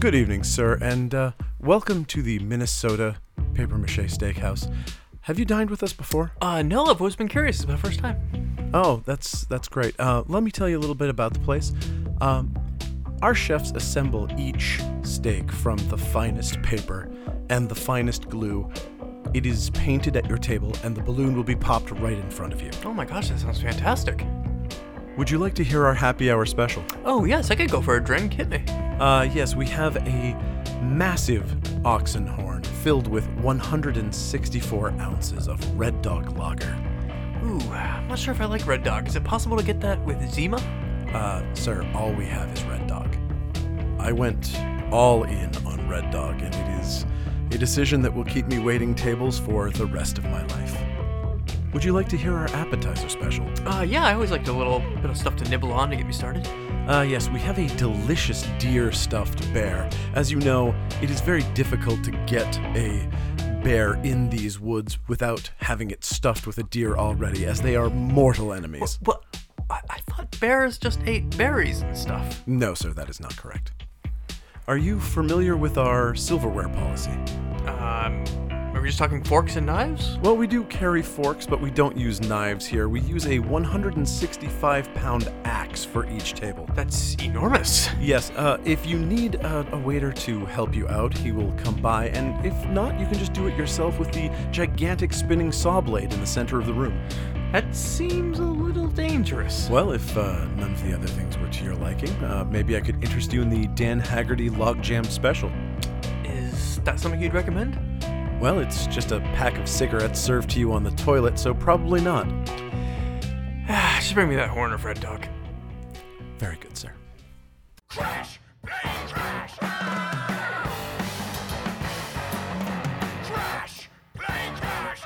Good evening, sir, and uh, welcome to the Minnesota Paper Mache Steakhouse. Have you dined with us before? Uh, no, I've always been curious. It's my first time. Oh, that's that's great. Uh, let me tell you a little bit about the place. Um, our chefs assemble each steak from the finest paper and the finest glue. It is painted at your table, and the balloon will be popped right in front of you. Oh my gosh, that sounds fantastic. Would you like to hear our happy hour special? Oh yes, I could go for a drink. Hit me. Uh, yes, we have a massive oxen horn filled with 164 ounces of Red Dog Lager. Ooh, I'm not sure if I like Red Dog. Is it possible to get that with Zima? Uh, sir, all we have is Red Dog. I went all in on Red Dog, and it is a decision that will keep me waiting tables for the rest of my life. Would you like to hear our appetizer special? Uh, yeah, I always liked a little bit of stuff to nibble on to get me started. Uh, yes, we have a delicious deer stuffed bear. As you know, it is very difficult to get a bear in these woods without having it stuffed with a deer already, as they are mortal enemies. Well, I, I thought bears just ate berries and stuff. No, sir, that is not correct. Are you familiar with our silverware policy? Um, are we just talking forks and knives? Well, we do carry forks, but we don't use knives here. We use a 165 pound axe for each table. That's enormous. Yes, uh, if you need a, a waiter to help you out, he will come by, and if not, you can just do it yourself with the gigantic spinning saw blade in the center of the room. That seems a little dangerous. Well, if uh, none of the other things were to your liking, uh, maybe I could interest you in the Dan Haggerty Logjam Special. Is that something you'd recommend? Well, it's just a pack of cigarettes served to you on the toilet, so probably not. Ah, just bring me that horn of Red Dog. Very good, sir. Crash! Bang! Crash! Crash! Bang! Crash!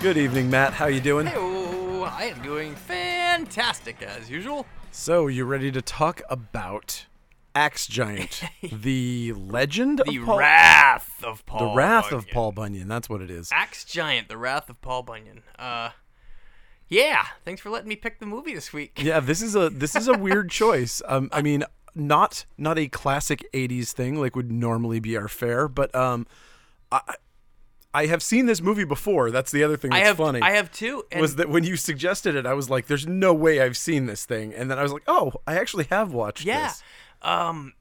Good evening, Matt. How you doing? Hey, I am doing fantastic as usual. So, you ready to talk about Axe Giant, the legend The of Paul- Wrath of Paul. the wrath of Bunyan. Paul Bunyan. That's what it is. Axe Giant, The Wrath of Paul Bunyan. Uh, yeah, thanks for letting me pick the movie this week. Yeah, this is a this is a weird choice. Um, I mean, not not a classic '80s thing like would normally be our fare, but um, I I have seen this movie before. That's the other thing I that's have funny. I have two. And was that when you suggested it, I was like, "There's no way I've seen this thing," and then I was like, "Oh, I actually have watched yeah. this." Um,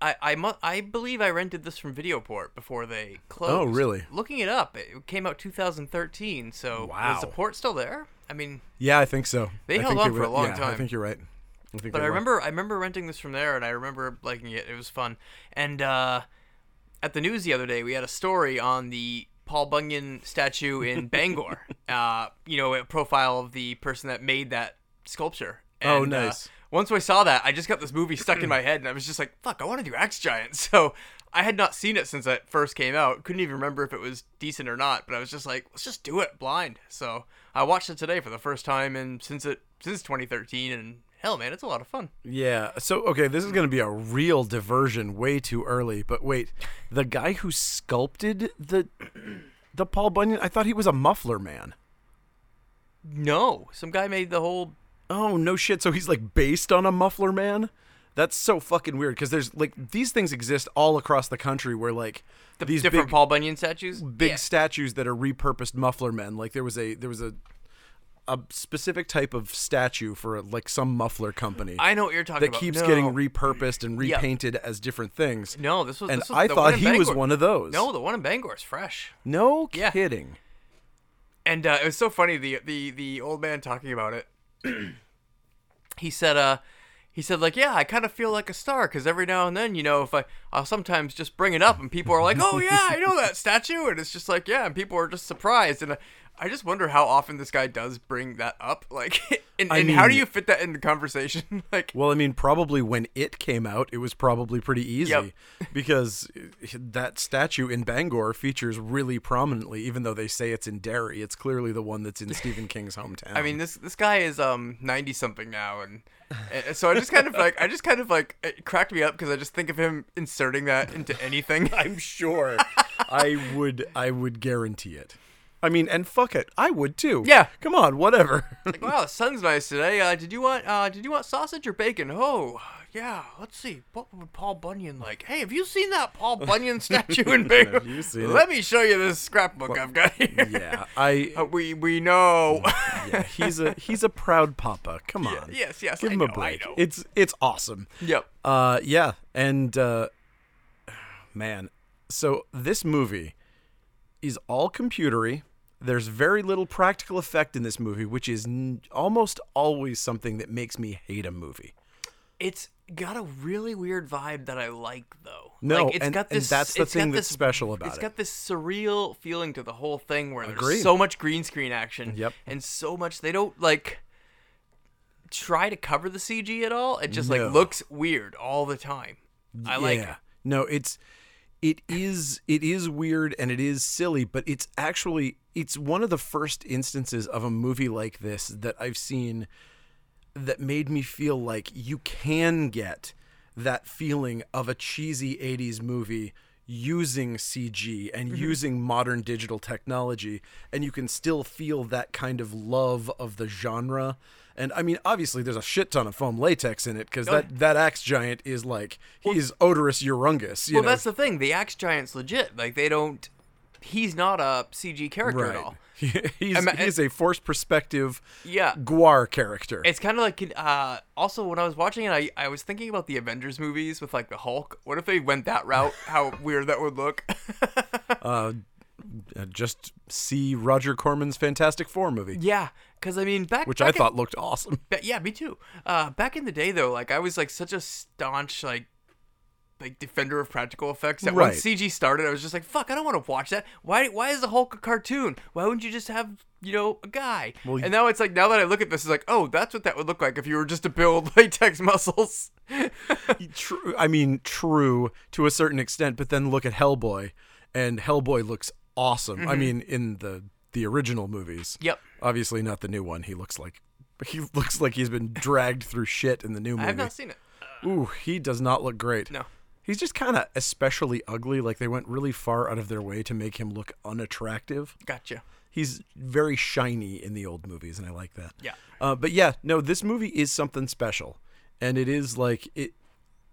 I I mu- I believe I rented this from Videoport before they closed. Oh, really? Looking it up, it came out 2013. So Wow. was the port still there? I mean, Yeah, I think so. They I held think on for a long yeah, I time. think you're right. I think But they were. I remember I remember renting this from there and I remember liking it. It was fun. And uh, at the news the other day, we had a story on the Paul Bunyan statue in Bangor. uh, you know, a profile of the person that made that sculpture. Oh, And, uh, nice. once I saw that, I just got this movie stuck in my head and I was just like, fuck, I want to do Axe Giant. So I had not seen it since it first came out. Couldn't even remember if it was decent or not, but I was just like, let's just do it blind. So I watched it today for the first time and since it since 2013 and hell man, it's a lot of fun. Yeah. So okay, this is going to be a real diversion way too early, but wait. The guy who sculpted the the Paul Bunyan, I thought he was a muffler man. No, some guy made the whole Oh, no shit. So he's like based on a muffler man? That's so fucking weird cuz there's like these things exist all across the country where like the these different big Paul Bunyan statues. big Yeah. statues that are repurposed muffler men. Like there was a there was a a specific type of statue for like some muffler company. I know what you're talking that about. keeps No. getting repurposed and repainted as different things. No, this was and this was I the thought one in he was Bangor. one of those. No, the one in Bangor is fresh. no Yeah. kidding. And uh, it was so funny the the the old man talking about it. he said, uh, he said like, yeah, I kind of feel like a star because every now and then, you know, if I I'll sometimes just bring it up and people are like, oh yeah, I know that statue, and it's just like yeah, and people are just surprised and. I, I just wonder how often this guy does bring that up, like, and, and I how do mean- you fit that in the conversation? like, Well, I mean, probably when it came out, it was probably pretty easy Yep. because that statue in Bangor features really prominently, even though they say it's in Derry. It's clearly the one that's in Stephen King's hometown. I mean, this this guy is um ninety something now, and, and so I just kind of like I just kind of like it cracked me up because I just think of him inserting that into anything. I'm sure. I would. I would guarantee it. I mean, and fuck it, I would too. Yeah. Come on, whatever. Like, wow, the sun's nice today. Uh, did you want uh, did you want sausage or bacon? Oh, yeah. Let's see. What would Paul Bunyan like? Hey, have you seen that Paul Bunyan statue in Beirut? Have you seen Let me show you this scrapbook I've got here. yeah, I. Uh, we we know. yeah, he's a he's a proud papa. Come on. yes, yes, Give I him a know, I break. know. It's it's awesome. yep. Uh, yeah, and uh, man, so this movie is all computery. There's very little practical effect in this movie, which is n- almost always something that makes me hate a movie. It's got a really weird vibe that I like though. No, like, it's and- got and this, that's the it's got thing that's this- special about It's it. got this surreal feeling to the whole thing where there's Agreed. so much green screen action. Yep. And so much they don't like try to cover the CG at all. It just No. like looks weird all the time. I like it. No, it's it is it is weird and it is silly, but it's actually it's one of the first instances of a movie like this that I've seen that made me feel like you can get that feeling of a cheesy 80s movie using CG and Mm-hmm. using modern digital technology and you can still feel that kind of love of the genre and I mean obviously there's a shit ton of foam latex in it Oh, cuz that that axe giant is like he's odorous urungus you Well, know that's the thing. The axe giant's legit. Like they don't he's not a CG character at all. he's, Ima- eh, he's a forced perspective Yeah. guar character It's kind of like uh, also when I was watching it, I, I was thinking about the Avengers movies with like the Hulk. What if they went that route? How weird that would look. Uh, just see Roger Corman's Fantastic Four movie yeah, because I mean back which back I in- thought looked awesome ba- yeah, me too. Uh, back in the day though, like I was like such a staunch like like defender of practical effects that Right. when CG started, I was just like, fuck, I don't want to watch that. Why why is the Hulk a cartoon? Why wouldn't you just have you know a guy? and now it's like now that I look at this, it's like oh, that's what that would look like if you were just to build latex muscles. true i mean true to a certain extent but then look at hellboy and hellboy looks awesome i mean in the the original movies Mm-hmm. Yep. obviously not the new one he looks like he looks like he's been dragged through shit in the new I movie have not seen it. ooh he does not look great No. he's just kind of especially ugly like they went really far out of their way to make him look unattractive Gotcha. he's very shiny in the old movies, and I like that. Yeah. Uh, but yeah, no, this movie is something special, and it is like it.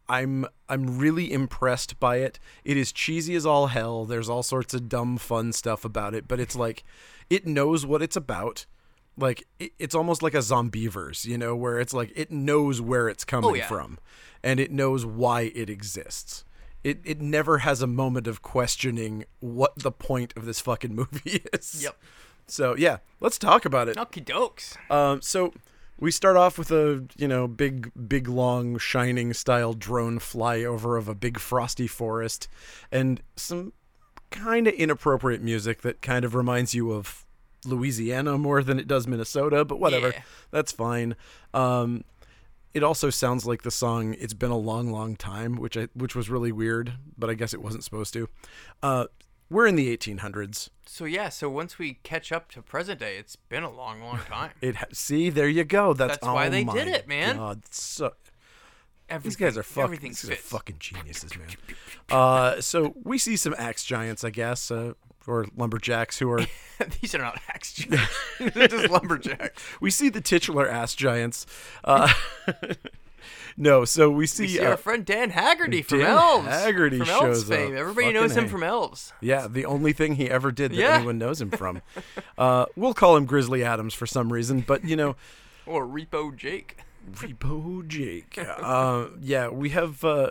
I'm I'm really impressed by it. It is cheesy as all hell. There's all sorts of dumb fun stuff about it, but it's like it knows what it's about. Like it, it's almost like a Zombievers, you know, where it's like it knows where it's coming Oh, yeah. from, and it knows why it exists. It it never has a moment of questioning what the point of this fucking movie is. Yep. So yeah, let's talk about it. Okie dokes. Um, so we start off with a you know big, big, long, shining style drone flyover of a big frosty forest, and some kind of inappropriate music that kind of reminds you of Louisiana more than it does Minnesota, but whatever, Yeah. that's fine. Um, it also sounds like the song "It's Been a Long, Long Time," which I, which was really weird, but I guess it wasn't supposed to. Uh, we're in the 1800s. So yeah, so once we catch up to present day, it's been a long, long time. It ha- see there you go. That's, That's why oh they my did it, man. God, so these Everything- guys are fucking everything these guys are fits. fucking geniuses, man. Uh, so we see some axe giants, I guess, uh, or lumberjacks who are. These are not axe giants. They're just lumberjacks. We see the titular ass giants. Uh, no, so we see. See uh, our friend Dan Haggerty from Dan Elves. Haggerty from shows Elves fame. up. Everybody Fucking knows him A. from Elves. yeah, the only thing he ever did that Yeah. anyone knows him from. Uh, we'll call him Grizzly Adams for some reason, but you know. Or Repo Jake. Repo Jake. Uh, yeah, we have uh,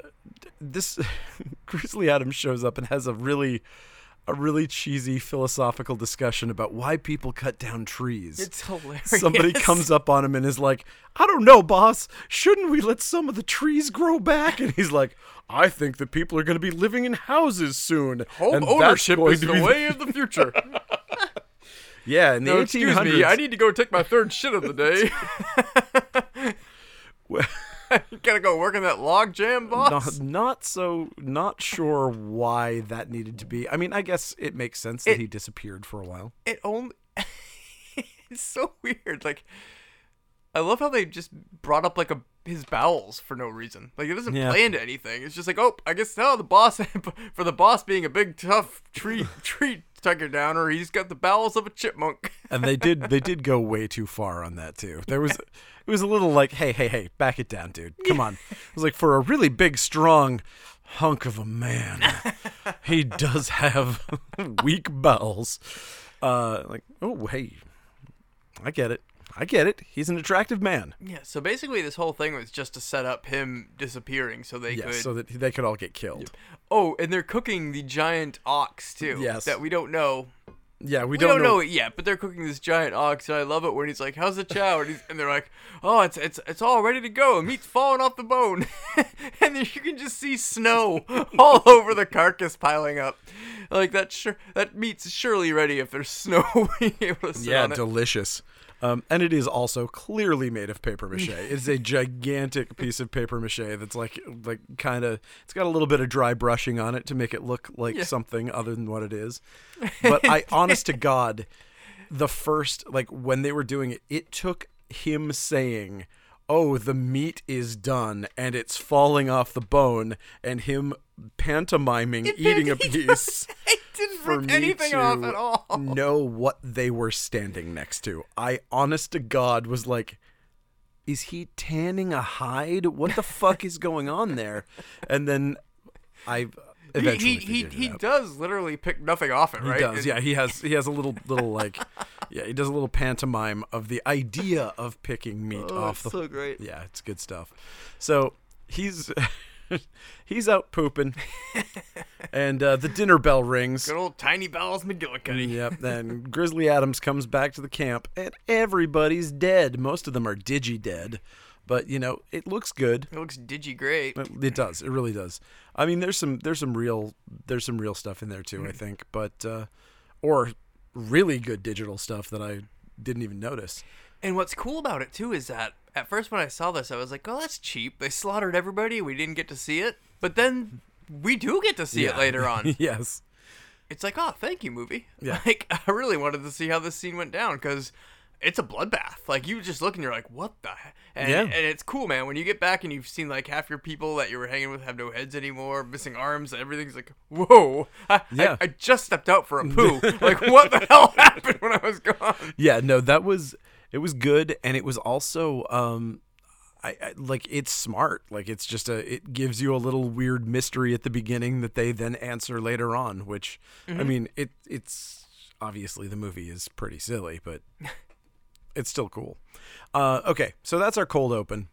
this. Grizzly Adams shows up and has a really, a really cheesy philosophical discussion about why people cut down trees. It's hilarious. Somebody comes up on him and is like, "I don't know, boss. Shouldn't we let some of the trees grow back?" And he's like, "I think that people are going to be living in houses soon. Home and that's ownership going is to the be way of the future. Yeah, in the No, 1800s. excuse me, I need to go take my third shit of the day. you gotta go work in that log jam, boss. not, not so not sure why that needed to be. I mean, I guess it makes sense that he disappeared for a while. it only it's so weird like i love how they just brought up like a his bowels for no reason like it doesn't Yeah. play into anything it's just like oh i guess now the boss for the boss being a big tough tree tree Tiger Downer. He's got the bowels of a chipmunk. and they did they did go way too far on that too. There was it was a little like, hey, hey, hey, back it down, dude. Come on. It was like for a really big, strong hunk of a man, he does have weak bowels. Uh, like, oh hey, I get it. I get it. He's an attractive man. yeah. So basically, this whole thing was just to set up him disappearing, so they Yes, could. so that they could all get killed. oh, and they're cooking the giant ox too. Yes. That we don't know. Yeah, we, We don't, know it yet, but they're cooking this giant ox, and I love it when he's like, "How's the chow?" And, he's, and they're like, "Oh, it's it's it's all ready to go. The meat's falling off the bone," and then you can just see snow all over the carcass piling up. Like that, sure, that meat's surely ready if there's snow being able to sit Yeah, on it. delicious. Um, and it is also clearly made of paper mache. It's a gigantic piece of paper mache that's like like kind of it's got a little bit of dry brushing on it to make it look like something other than what it is. But I honest to god the first like when they were doing it it took him saying oh the meat is done and it's falling off the bone and him pantomiming eating a piece I didn't for rip me anything to off at all. know what they were standing next to. I honest to God was like, is he tanning a hide? What the fuck is going on there? And then I He eventually he he, figured it he out. does literally pick nothing off it, He right? does, And- yeah. He has he has a little little like yeah, he does a little pantomime of the idea of picking meat Oh, off it's the so great. Yeah, it's good stuff. So he's he's out pooping and uh, the dinner bell rings. Good old tiny bowels McGillicuddy. Yep. Then Grizzly Adams comes back to the camp, and everybody's dead. Most of them are digi dead, but you know it looks good. It looks digi great. It it does. It really does. I mean, there's some there's some real there's some real stuff in there too. I think, but uh, or really good digital stuff that I didn't even notice. And what's cool about it too is that at first when I saw this, I was like, "Oh, that's cheap. They slaughtered everybody. We didn't get to see it." But then we do get to see it Yeah. later on. yes. it's like, "Oh, thank you, movie." Yeah. Like I really wanted to see how this scene went down because it's a bloodbath. Like you just look and you're like, "What the?" Heck? And, Yeah. and it's cool, man. When you get back and you've seen like half your people that you were hanging with have no heads anymore, missing arms, everything's like, "Whoa!" I, I- Yeah. I, just stepped out for a poo. like what the hell happened when I was gone? Yeah. No, that was it was good, and it was also um, I, I like it's smart. Like it's just a it gives you a little weird mystery at the beginning that they then answer later on, which I mean, it it's obviously the movie is pretty silly, but it's still cool. Uh okay, so that's our cold open.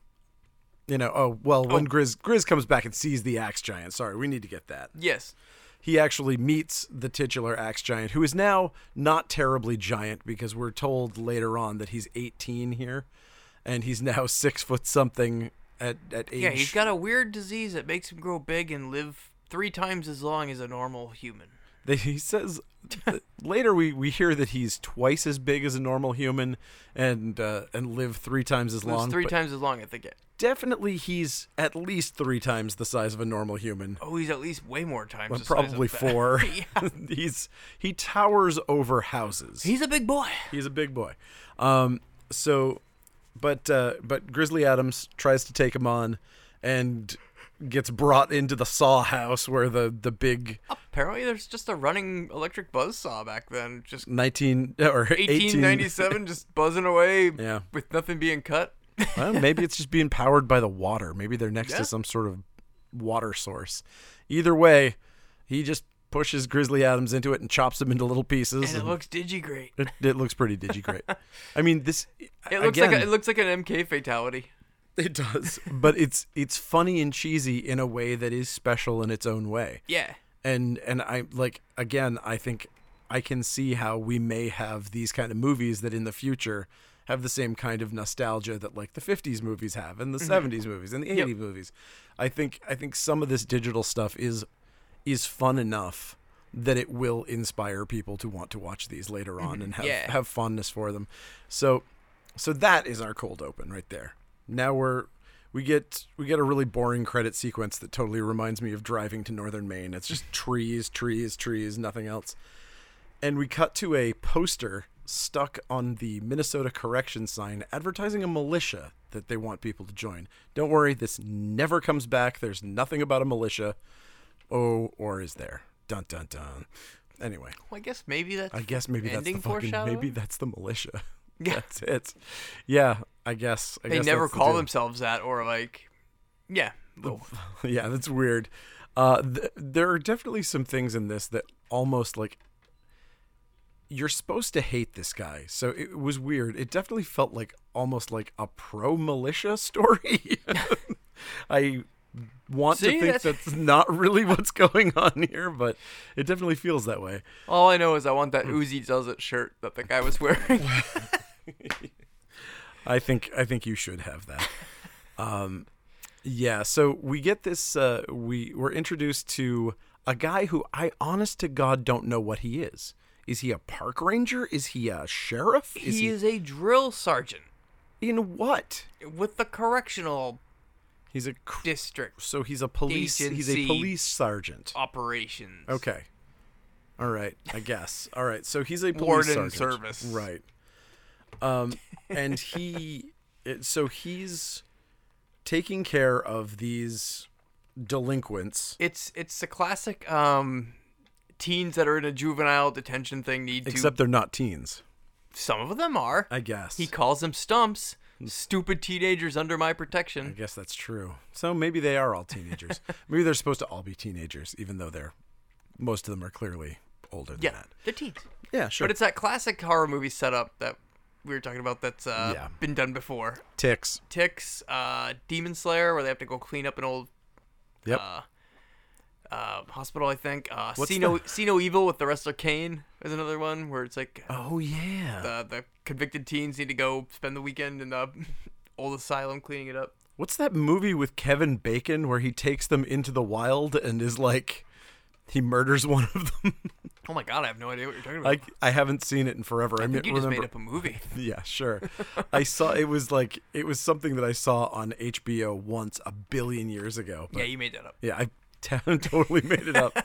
You know, oh well, when Grizz Grizz comes back and sees the axe giant. Sorry, we need to get that. Yes. He actually meets the titular axe giant, who is now not terribly giant because we're told later on that he's 18 here, and he's now six foot something at at age. Yeah, he's got a weird disease that makes him grow big and live three times as long as a normal human. They- he says later we, we hear that he's twice as big as a normal human and uh, and live three times as Lives long. three but times as long, I think. Definitely, he's at least three times the size of a normal human. Oh, he's at least way more times. the size of Probably that. four. yeah. he's he towers over houses. He's a big boy. He's a big boy. Um, so, but uh, but Grizzly Adams tries to take him on, and gets brought into the saw house where the the big Apparently, there's just a running electric buzzsaw back then. Just 19 or 18 1897, just buzzing away Yeah. with nothing being cut. well, maybe it's just being powered by the water. Maybe they're next Yeah. to some sort of water source. Either way, he just pushes Grizzly Adams into it and chops him into little pieces. And it and looks digi great. it, it looks pretty digi great. I mean, this It looks again, like a, it looks like an MK fatality. It does, but it's it's funny and cheesy in a way that is special in its own way. Yeah. And and I like again, I think I can see how we may have these kind of movies that in the future have the same kind of nostalgia that like the 50s movies have and the 70s movies and the 80s movies. I think I think some of this digital stuff is is fun enough that it will inspire people to want to watch these later on and have Yeah. have fondness for them. So so that is our cold open right there. Now we're we get we get a really boring credit sequence that totally reminds me of driving to northern Maine. It's just trees, trees, trees, nothing else. And we cut to a poster stuck on the Minnesota correction sign advertising a militia that they want people to join. Don't worry, this never comes back. There's nothing about a militia. Oh, or is there? Dun dun dun. Anyway, Well, I guess maybe that's I guess maybe that's the ending fucking foreshadowing? maybe that's the militia. Yeah. that's it. Yeah, I guess. I they guess never that's the call deal. themselves that or like yeah well, yeah, that's weird. Uh, th- there are definitely some things in this that almost like you're supposed to hate this guy. So it was weird. It definitely felt like almost like a pro militia story. I want See, to think that's- that's... not really what's going on here, but it definitely feels that way. all i know is i want Hmm. that uzi does it shirt that the guy was wearing I think I think you should have that. Um, yeah. So we get this. Uh, we we're introduced to a guy who I honest to God don't know what he is. Is he a park ranger? Is he a sheriff? Is he is a drill sergeant in what? with the correctional He's a cr- district so he's a police. He's a Agency. police sergeant. operations Okay. All right. I guess. All right. So he's a police Warden sergeant. service. Right. Um, and he, it, so he's taking care of these delinquents. it's it's the classic um teens that are in a juvenile detention thing need Except they're not teens, to some of them are I guess. he calls them stumps stupid teenagers under my protection I guess that's true. So maybe they are all teenagers. maybe they're supposed to all be teenagers, even though they're most of them are clearly older than yeah that. they're teens Yeah, sure. But it's that classic horror movie setup that we were talking about that's uh, Yeah. been done before. ticks. Ticks, uh, Demon Slayer, where they have to go clean up an old Yep. uh, hospital, I think. Uh, What's See, no, the- See No Evil with the Wrestler Kane is another one where it's like oh yeah. uh, the convicted teens need to go spend the weekend in the old asylum cleaning it up. What's that movie with Kevin Bacon where he takes them into the wild and is like he murders one of them? Oh my god, I have no idea what you're talking about. I I haven't seen it in forever. I, I think you remember. just made up a movie. yeah, sure. I saw it was like it was something that I saw on HBO once a billion years ago. yeah, But you made that up. yeah, I t- totally made it up.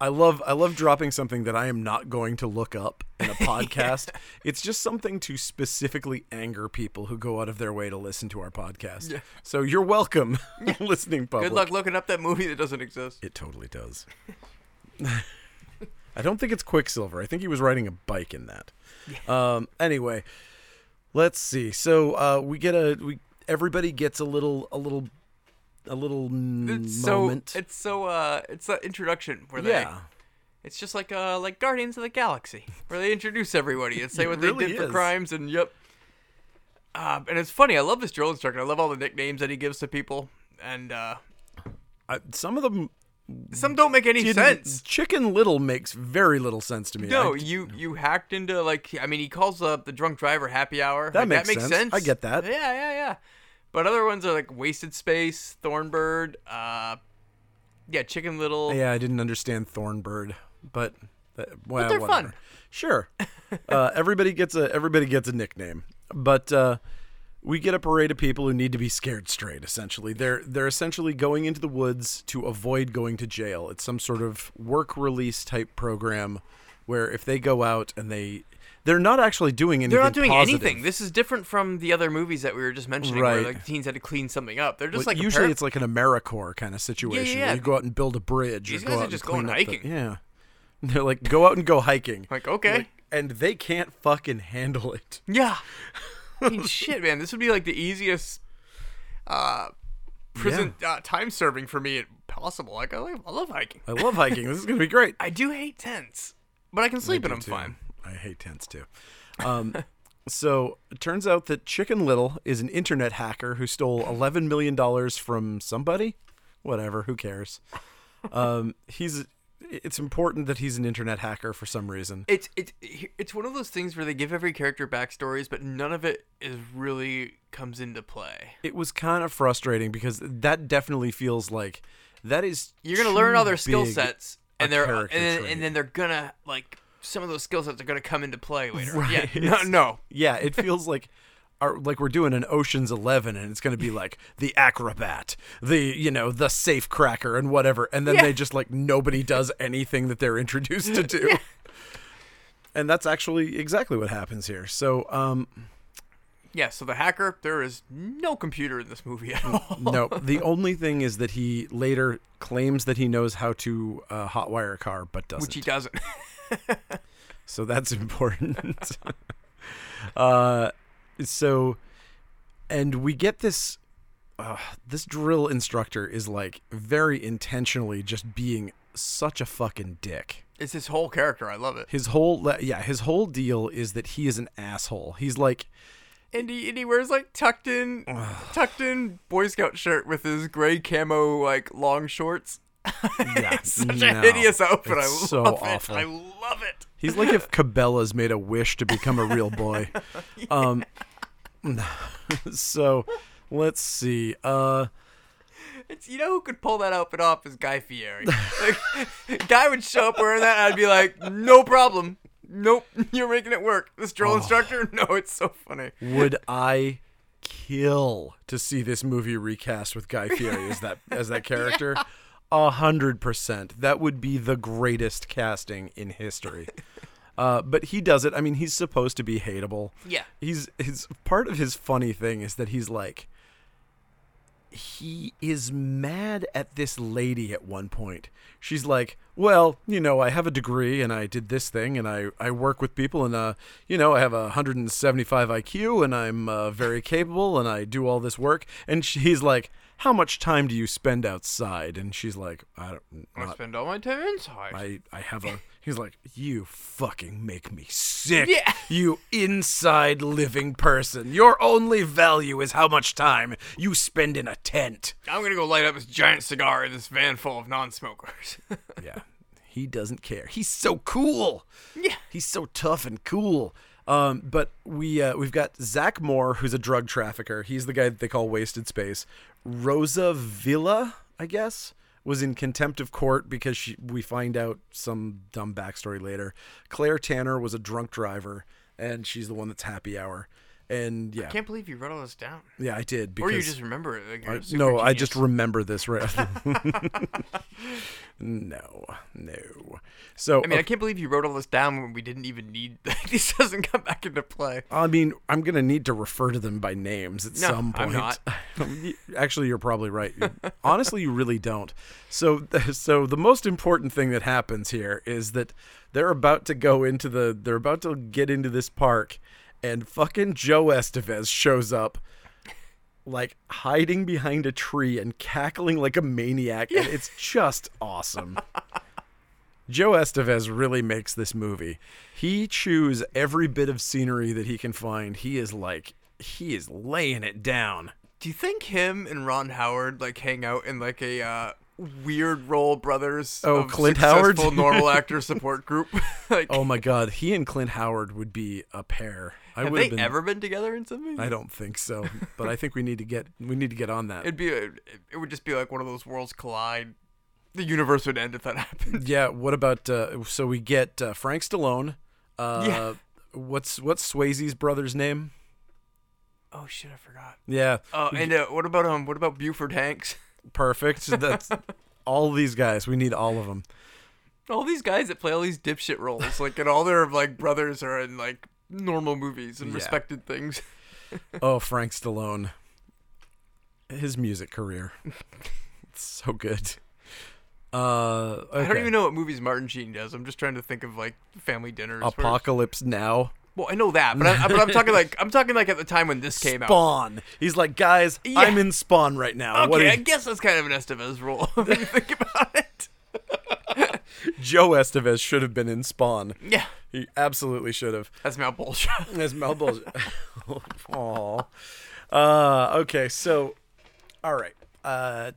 I love I love dropping something that I am not going to look up in a podcast. It's just something to specifically anger people who go out of their way to listen to our podcast. So you're welcome, listening public. Good luck looking up that movie that doesn't exist. It totally does. I don't think it's Quicksilver. I think he was riding a bike in that. Um, anyway, let's see. So uh, we get a we everybody gets a little a little a little mm, It's so moment. it's so uh it's that introduction where they yeah, It's just like uh like Guardians of the Galaxy, where they introduce everybody and say It what really they did is. for crimes and yep. Uh, and it's funny. I love this drill instructor. I love all the nicknames that he gives to people, and uh, I, some of them some don't make any didn't- sense. Chicken Little makes very little sense to me. No, I- you you hacked into like I mean he calls up the drunk driver happy hour. That Like, makes sense. I get that. Yeah, yeah, yeah. But other ones are like Wasted Space, Thornbird, uh, yeah, Chicken Little. yeah, I didn't understand Thornbird, but that, well, they're whatever. fun. Sure, uh, everybody gets a everybody gets a nickname, but uh, we get a parade of people who need to be scared straight. Essentially, they're they're essentially going into the woods to avoid going to jail. It's some sort of work release type program where if they go out and they they're not actually doing anything. They're not doing positive. anything. This is different from the other movies that we were just mentioning, where Right. like teens had to clean something up. They're just But like usually a it's like an AmeriCorps kind of situation. yeah. Where you go out and build a bridge. These or go guys out are and just clean going up the- hiking. yeah, they're like go out and go hiking. Like, okay. and they can't fucking handle it. Yeah. I mean, shit, man. This would be like the easiest uh, prison uh, time serving for me possible. Like, I love, I love hiking. I love hiking. this is gonna be great. I do hate tents, but I can sleep and I'm fine. I hate tents too. Um, so it turns out that Chicken Little is an internet hacker who stole eleven million dollars from somebody. Whatever, who cares? Um, he's. It's important that he's an internet hacker for some reason. It's it's it's one of those things where they give every character backstories, but none of it is really comes into play. It was kind of frustrating because that definitely feels like that is You're gonna learn all too their skill big sets, a and they're and character then, trait. and then they're gonna like some of those skill sets are gonna come into play later. Right. Yeah. No. No. Yeah, it feels like our, like we're doing an Ocean's Eleven, and it's going to be like the acrobat, the you know the safe cracker, and whatever, and then Yeah. they just like nobody does anything that they're introduced to do. And that's actually exactly what happens here. So, um, Yeah, so the hacker, there is no computer in this movie at all. No, the only thing is that he later claims that he knows how to uh, hotwire a car, but doesn't. Which he doesn't. so that's important. uh, so, and we get this. Uh, this drill instructor is like very intentionally just being such a fucking dick. it's his whole character. I love it. His whole le- yeah, his whole deal is that he is an asshole. He's like And he, and he wears like tucked in, tucked in Boy Scout shirt with his gray camo like long shorts. yeah, It's such no. a hideous outfit. I It's so love awful. it. I love it. He's like if Cabela's made a wish to become a real boy. Um, so let's see. Uh, It's, you know who could pull that outfit off is Guy Fieri. Like, guy would show up wearing that, and I'd be like, no problem. Nope, you're making it work. This drill instructor? No, it's so funny. would I kill to see this movie recast with Guy Fieri as that as that character? A hundred percent. That would be the greatest casting in history. Uh, but he does it. I mean, he's supposed to be hateable. Yeah. He's his part of his funny thing is that he's like he is mad at this lady at one point. She's like, "Well, you know, I have a degree and I did this thing and I I work with people and uh, you know, I have a 175 IQ and I'm uh, very capable and I do all this work." And she's like, "How much time do you spend outside?" And she's like, "I don't I not, spend all my time inside. I, I have a. He's like, you fucking make me sick. Yeah. You inside living person. Your only value is how much time you spend in a tent. I'm gonna go light up this giant cigar in this van full of non-smokers. Yeah. He doesn't care. He's so cool. Yeah. He's so tough and cool. Um, but we uh, we've got Zach Moore, who's a drug trafficker. He's the guy that they call Wasted Space. Rosa Villa, I guess, was in contempt of court because she, we find out some dumb backstory later. Claire Tanner was a drunk driver, and she's the one that's happy hour. And yeah, Can't believe you wrote all this down, yeah, I did. or Because you just remember it. Like, you're a super no, I genius. just remember this right. no, no. So I mean, I can't believe you wrote all this down when we didn't even need. this doesn't come back into play. I mean, I'm gonna need to refer to them by names at No, some I'm point. not. Actually, you're probably right. You- honestly, you really don't. So, so the most important thing that happens here is that they're about to go into the. They're about to get into this park, and fucking Joe Estevez shows up. Like hiding behind a tree and cackling like a maniac, and it's just awesome. Joe Estevez really makes this movie. He chews every bit of scenery that he can find. He is like he is laying it down. Do you think him and Ron Howard like hang out in like a uh, weird role brothers? Oh, of Clint Howard? successful normal actor support group. like, Oh my god, he and Clint Howard would be a pair. I have would they have been ever been together in something? I don't think so, but I think we need to get we need to get on that. It'd be. A, it would just be like one of those worlds collide. The universe would end if that happened. yeah, what about uh, so we get uh, Frank Stallone. Uh Yeah. what's what's Swayze's brother's name? Oh shit! I forgot. Yeah. Oh, and uh, what about um? What about Buford Hanks? Perfect. That's all these guys. We need all of them. All these guys that play all these dipshit roles, like, and all their like brothers are in like normal movies and Yeah. respected things. Oh, Frank Stallone. His music career. It's so good. Uh, I don't okay. even know what movies Martin Sheen does. I'm just trying to think of like family dinners. where- Apocalypse Now. Well, I know that, but, I, but I'm talking like I'm talking like at the time when this came out. Spawn. He's like, guys, Yeah. I'm in Spawn right now. Okay, What do I you- guess that's kind of an Estevez role. when you think about it. Joe Estevez should have been in Spawn. Yeah, He absolutely should have. that's Mount Bolsha. That's Mel Bulger. Aw. Uh, okay, so, all right. Uh,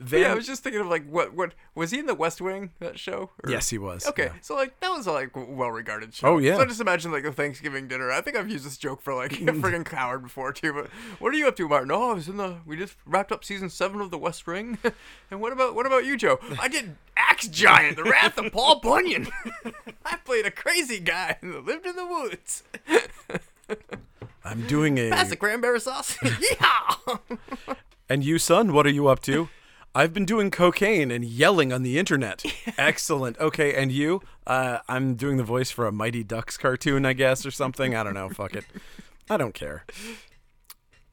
Van- yeah, I was just thinking of like what what was he in the West Wing that show? Or- yes, he was. Okay, yeah. so like that was a like well-regarded show. Oh, yeah. So I just imagine like a Thanksgiving dinner. I think I've used this joke for like a friggin' coward before too. But what are you up to, Martin? Oh, I was in the. We just wrapped up season seven of The West Ring. and what about what about you, Joe? I did Axe Giant: The Wrath of Paul Bunyan. I played a crazy guy that lived in the woods. I'm doing a. That's a cranberry sauce. Yeehaw! And you, son, what are you up to? I've been doing cocaine and yelling on the internet. Excellent. Okay, and you? Uh, I'm doing the voice for a Mighty Ducks cartoon, I guess, or something. I don't know. Fuck it. I don't care.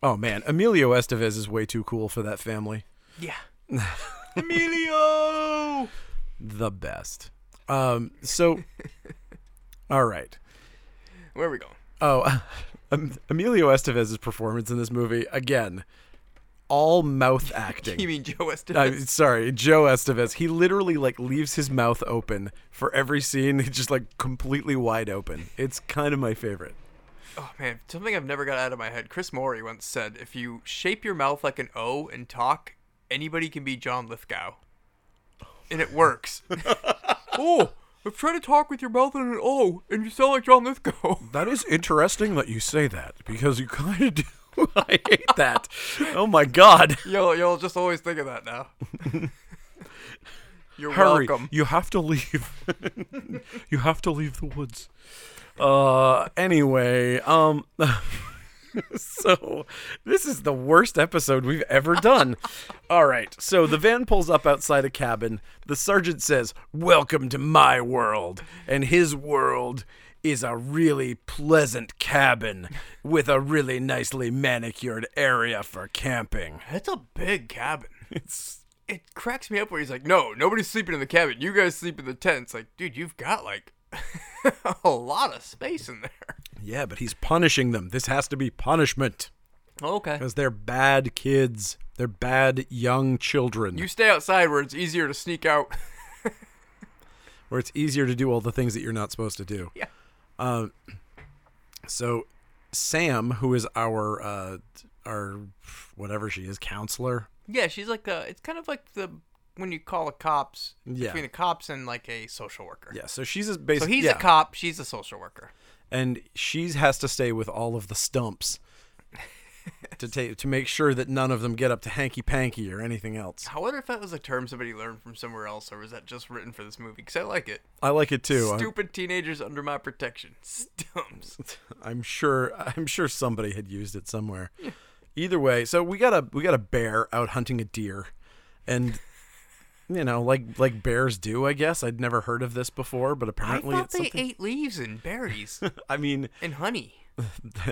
Oh man, Emilio Estevez is way too cool for that family. Yeah. Emilio. The best. Um, so, all right. Where are we going? Oh, um, Emilio Estevez's performance in this movie again, all mouth acting. You mean Joe Weston? I'm sorry, Joe Estevez. He literally like leaves his mouth open for every scene. He's just like completely wide open. It's kind of my favorite. oh man, something I've never got out of my head. Chris Maury once said, "If you shape your mouth like an O and talk, anybody can be John Lithgow," and it works. oh, I've tried to talk with your mouth in an O, and you sound like John Lithgow. That is interesting that you say that because you kind of do. I hate that. Oh my god. You'll you'll just always think of that now. You're Hurry. welcome. You have to leave. you have to leave the woods. Uh anyway, um so this is the worst episode we've ever done. All right. So the van pulls up outside a cabin. The sergeant says, "Welcome to my world." And his world is a really pleasant cabin with a really nicely manicured area for camping. That's a big cabin. It's it cracks me up where he's like, "No, nobody's sleeping in the cabin. You guys sleep in the tents." Like, dude, you've got like a lot of space in there. Yeah, but he's punishing them. This has to be punishment. Okay. Because they're bad kids. They're bad young children. You stay outside where it's easier to sneak out. where it's easier to do all the things that you're not supposed to do. Yeah. Um, so Sam, who is our uh, our whatever she is, counselor. Yeah, she's like a. It's kind of like the when you call a cops Yeah. between the cops and like a social worker. Yeah. So she's basically. So he's yeah, a cop. She's a social worker. and she has to stay with all of the stumps. to take to make sure that none of them get up to hanky panky or anything else. I wonder if that was a term somebody learned from somewhere else, or was that just written for this movie? Because I like it. I like it too. I'm- Stupid teenagers under my protection. Stumps. I'm sure I'm sure somebody had used it somewhere. Either way, so we got a we got a bear out hunting a deer and you know, like like bears do, I guess. I'd never heard of this before, but I apparently thought it's they something ate leaves and berries I mean, and honey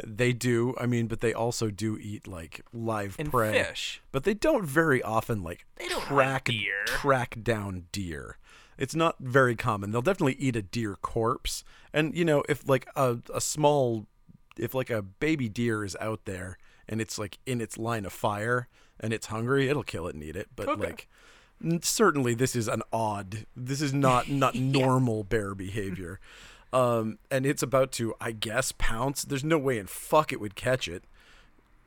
they do. I mean, but they also do eat like live and prey. fish. But they don't very often like They don't hunt track deer. track down deer. It's not very common. They'll definitely eat a deer corpse. And you know, if like a a small if like a baby deer is out there and it's like in its line of fire and it's hungry, it'll kill it and eat it. But Okay. like n- certainly this is an odd this is not not normal bear behavior. Um and it's about to I guess pounce. There's no way in fuck it would catch it.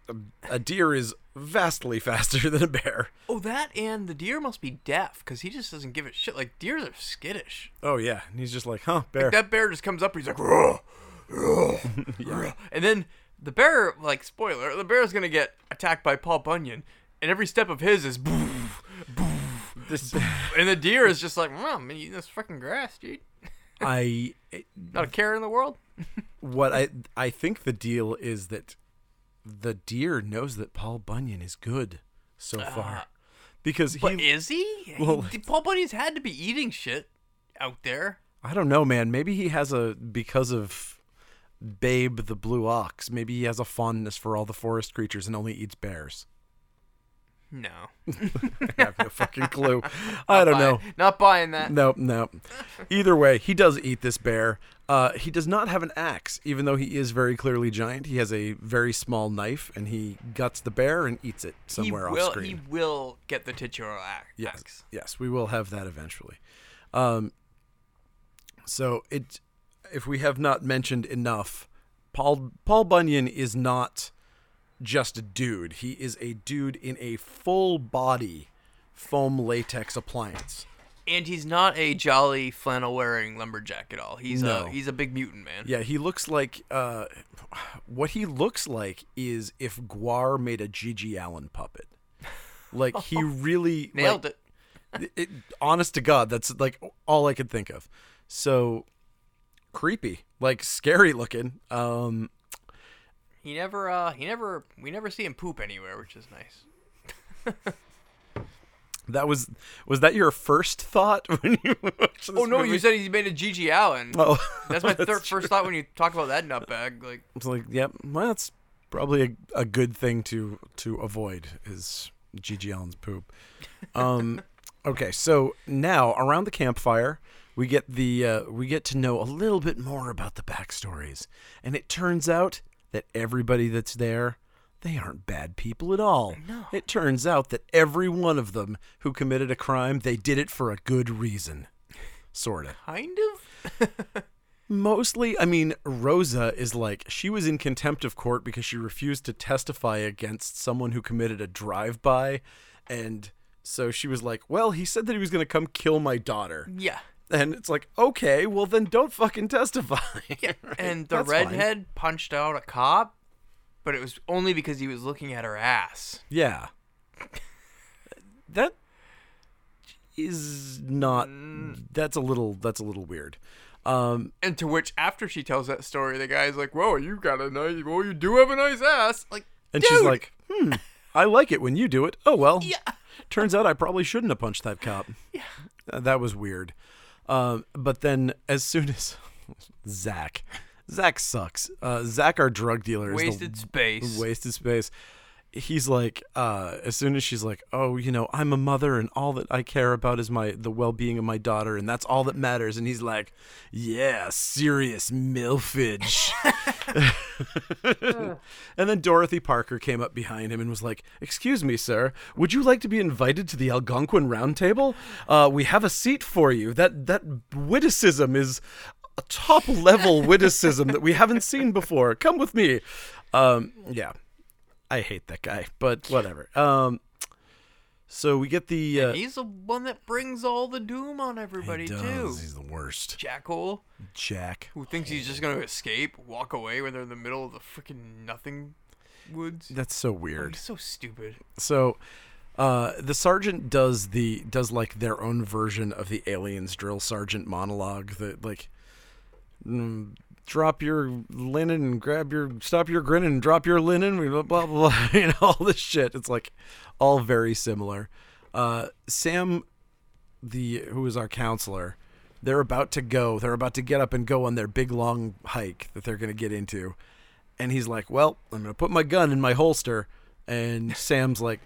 Um, A, a deer is vastly faster than a bear. Oh, that and the deer must be deaf because he just doesn't give a shit. Like deers are skittish. Oh yeah, and he's just like, huh, bear. That bear just comes up. He's like, "Roar, roar, roar." and then the bear, like spoiler, the bear's gonna get attacked by Paul Bunyan, and every step of his is, boof, boof. This- and the deer is just like, mom, I'm eating this fucking grass, dude. I Not a Mm. care in the world. what I I think the deal is that the deer knows that Paul Bunyan is good so far because he Uh, But is he? Well- He- Paul Bunyan's had to be eating shit out there. I don't know, man. Maybe he has a because of Babe the Blue Ox. Maybe he has a fondness for all the forest creatures and only eats bears. No. I have no fucking clue. I don't know. Not buying that. Nope, nope. Either way, he does eat this bear. Uh, he does not have an axe, even though he is very clearly giant. He has a very small knife, and he guts the bear and eats it He somewhere will, off screen. He will get the titular act. yes, yes, we will have that eventually. Um, so it, if we have not mentioned enough, Paul Paul Bunyan is not just a dude. He is a dude in a full body foam latex appliance. And he's not a jolly flannel wearing lumberjack at all. He's No. a he's a big mutant man. Yeah, he looks like uh, what he looks like is if Guar made a Gigi Allen puppet. Like he really Nailed it. it. it. Honest to God, that's like all I could think of. So creepy, like scary looking. Um, He never uh he never we never see him poop anywhere, which is nice. That was was that your first thought when you watched this Oh no, movie? you said he made a Gigi Allen. Oh, That's my thir- true. first thought when you talk about that nutbag. Like, It's like, yep. Well, that's probably a, a good thing to to avoid is Gigi Allen's poop. Um, okay, so now around the campfire, we get the uh, we get to know a little bit more about the backstories, and it turns out that everybody that's there. They aren't bad people at all. No. It turns out that every one of them who committed a crime, they did it for a good reason. Sort of. kind of. Mostly, I mean, Rosa is like, she was in contempt of court because she refused to testify against someone who committed a drive by. And so she was like, well, he said that he was going to come kill my daughter. Yeah. And it's like, okay, well, then don't fucking testify. And the That's fine. redhead punched out a cop, but it was only because he was looking at her ass. Yeah. That is not Mm. that's a little that's a little weird um And to which, after she tells that story, the guy's like, "Whoa, you got a nice. Well, you do have a nice ass." Like, and dude, she's like hmm i like it when you do it oh well "Yeah, Turns out I probably shouldn't have punched that cop. Yeah. that was weird. Um, but then as soon as Zach, Zach sucks. Uh, Zach, our drug dealer, is the wasted space." wasted space. He's like, uh, as soon as she's like, "Oh, you know, I'm a mother, and all that I care about is my the well being of my daughter, and that's all that matters." And he's like, "Yeah, serious milfage." and then Dorothy Parker came up behind him and was like, "Excuse me, sir, would you like to be invited to the Algonquin Round Table? Uh, we have a seat for you. That that witticism is." A top level witticism that we haven't seen before. Come with me. Um, yeah, I hate that guy, but whatever. Um, so we get the uh, He's the one that brings all the doom on everybody he does. too. He's the worst, Jackal, Jack. who thinks he's just gonna escape, walk away when they're in the middle of the freaking nothing woods. That's so weird. He's so stupid. So uh, the sergeant does the does like their own version of the aliens drill sergeant monologue that like mm, drop your linen and grab your stop your grinning and drop your linen blah blah blah, blah you know all this shit it's like all very similar uh, Sam the who is our counselor they're about to go they're about to get up and go on their big long hike that they're going to get into and he's like well i'm going to put my gun in my holster and sam's like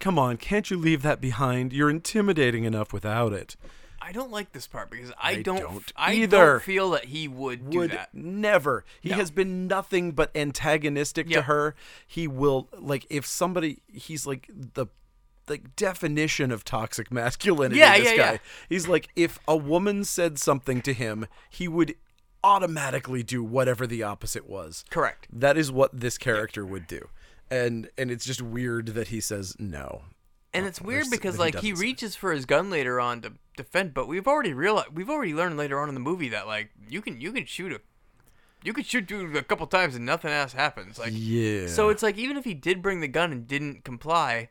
come on can't you leave that behind you're intimidating enough without it I don't like this part because I, don't, don't I either. don't feel that he would do would that. never he has been nothing but antagonistic to Yep. her he will like if somebody he's like the like definition of toxic masculinity Yeah, this yeah, guy yeah. he's like if a woman said something to him he would automatically do whatever the opposite was Correct. that is what this character would do and and it's just weird that he says no And it's there's weird s- because that he like he doesn't say. reaches for his gun later on to defend, but we've already realized we've already learned later on in the movie that like you can you can shoot a you can shoot dude a couple times and nothing else happens. Like yeah So it's like even if he did bring the gun and didn't comply,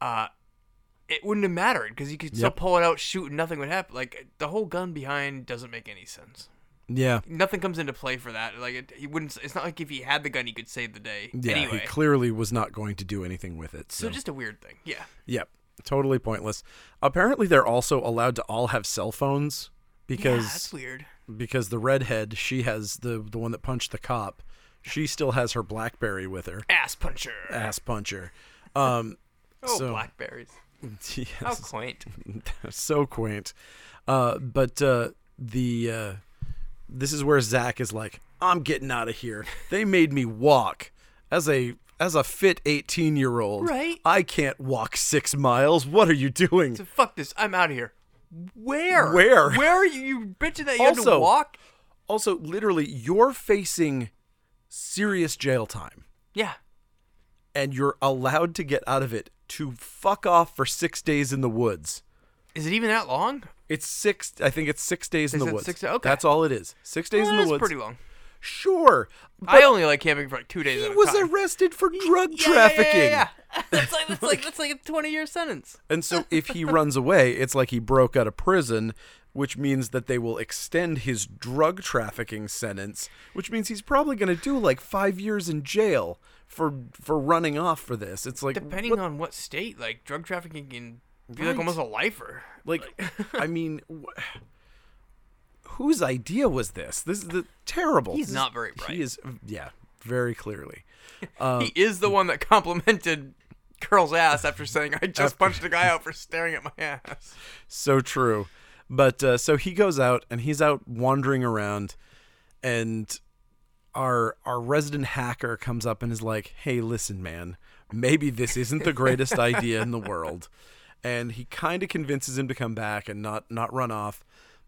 uh, it wouldn't have mattered because he could still Yep. pull it out, shoot, and nothing would happen. Like the whole gun behind doesn't make any sense. yeah Nothing comes into play for that. Like it, he wouldn't. It's not like if he had the gun, he could save the day. yeah anyway, he clearly was not going to do anything with it so just a weird thing. Yeah. Yep. Totally pointless. Apparently they're also allowed to all have cell phones Yeah, because that's weird. because the redhead, she has the the one that punched the cop, she still has her Blackberry with her. Ass puncher. Ass puncher. Um oh, Uh, so- blackberries. yes, How quaint. so quaint. Uh but uh the uh this is where Zach is like, I'm getting out of here. They made me walk as a as a fit 18 year old. Right. I can't walk six miles. What are you doing? So fuck this. I'm out of here. Where? Where? Where are you, you bitching that you had Also- to walk? Also, literally, you're facing serious jail time Yeah. and you're allowed to get out of it to fuck off for six days in the woods. Is it even that long? It's six, I think it's six days in Is the it woods. six- okay. That's all it is. Six days in Well, the that's woods. pretty long. Sure. I only like camping for like two days. He at a was time. arrested for drug Yeah, yeah, yeah, trafficking. Yeah, yeah. that's like that's like that's like a twenty year sentence. And so if he runs away, it's like he broke out of prison, which means that they will extend his drug trafficking sentence, which means he's probably going to do like 5 years in jail for for running off for this. It's like Depending what- on what state, like drug trafficking in be like Right. almost a lifer. Like, I mean, wh- whose idea was this? This is the terrible. He's This- not very bright. He is, yeah, very clearly. he is the one that complimented Girl's ass after saying, "I just punched a guy out for staring at my ass." So true. But uh, so he goes out and he's out wandering around, and our our resident hacker comes up and is like, "Hey, listen, man, maybe this isn't the greatest idea in the world." And he kind of convinces him to come back and not not run off,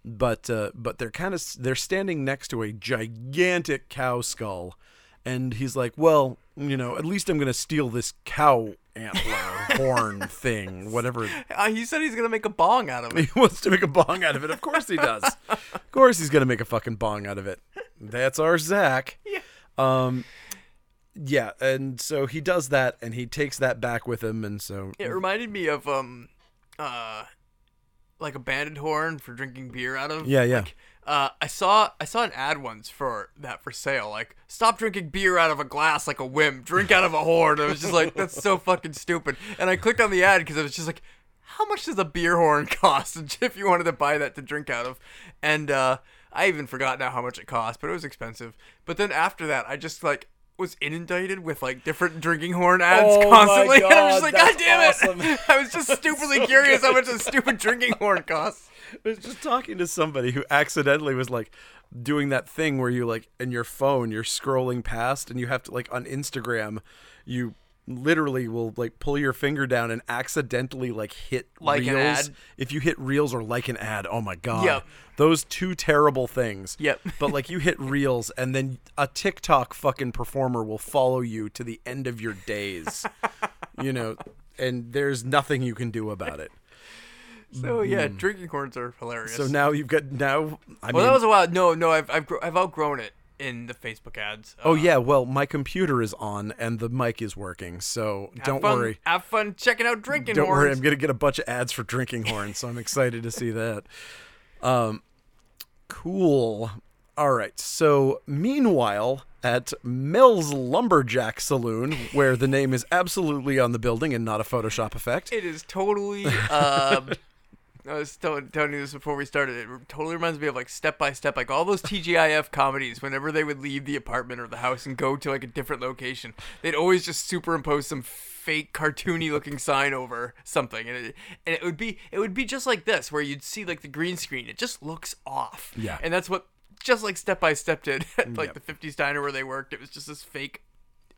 but uh, but they're kind of they're standing next to a gigantic cow skull, and he's like, "Well, you know, at least I'm gonna steal this cow antler horn thing, whatever." Uh, he said he's gonna make a bong out of it. He wants to make a bong out of it. Of course he does. of course he's gonna make a fucking bong out of it. That's our Zach. Yeah. Um. Yeah, and so he does that, and he takes that back with him, and so It reminded me of um, uh, like a banded horn for drinking beer out of. yeah, yeah. Uh, I saw I saw an ad once for that for sale. Like, stop drinking beer out of a glass like a wimp. Drink out of a horn. I was just like, that's so fucking stupid. And I clicked on the ad because I was just like, how much does a beer horn cost? And if you wanted to buy that to drink out of, and uh, I even forgot now how much it cost, but it was expensive. But then after that, I just like was inundated with like different drinking horn ads Oh my constantly. and I'm God, just like, that's god damn awesome. it! I was just stupidly curious how much a stupid drinking horn costs. I was just talking to somebody who accidentally was like doing that thing where you like in your phone you're scrolling past and you have to like on Instagram you literally will like pull your finger down and accidentally like hit Like an reels ad? if you hit reels or like an ad oh my god Yep. those two terrible things Yep. but like you hit reels and then a TikTok fucking performer will follow you to the end of your days you know and there's nothing you can do about it So Oh, yeah, drinking horns are hilarious. Hmm. so now you've got now I well, mean that was a while. No, no, I've I've, gr- I've outgrown it in the Facebook ads. Uh, Oh yeah, well my computer is on and the mic is working, so don't fun, worry. Have fun checking out drinking Don't worry, horns. I'm gonna get a bunch of ads for drinking horns, so I'm excited to see that. Um, cool. All right. So meanwhile, at Mel's Lumberjack Saloon, where the name is absolutely on the building and not a Photoshop effect, It is totally. Um, I was tell- telling you this before we started. It totally reminds me of like Step by Step, like all those TGIF comedies. Whenever they would leave the apartment or the house and go to like a different location, they'd always just superimpose some fake cartoony-looking sign over something, and it, and it would be it would be just like this, where you'd see like the green screen. It just looks off. Yeah. and that's what just like Step by Step did at like Yep. the '50s diner where they worked. It was just this fake.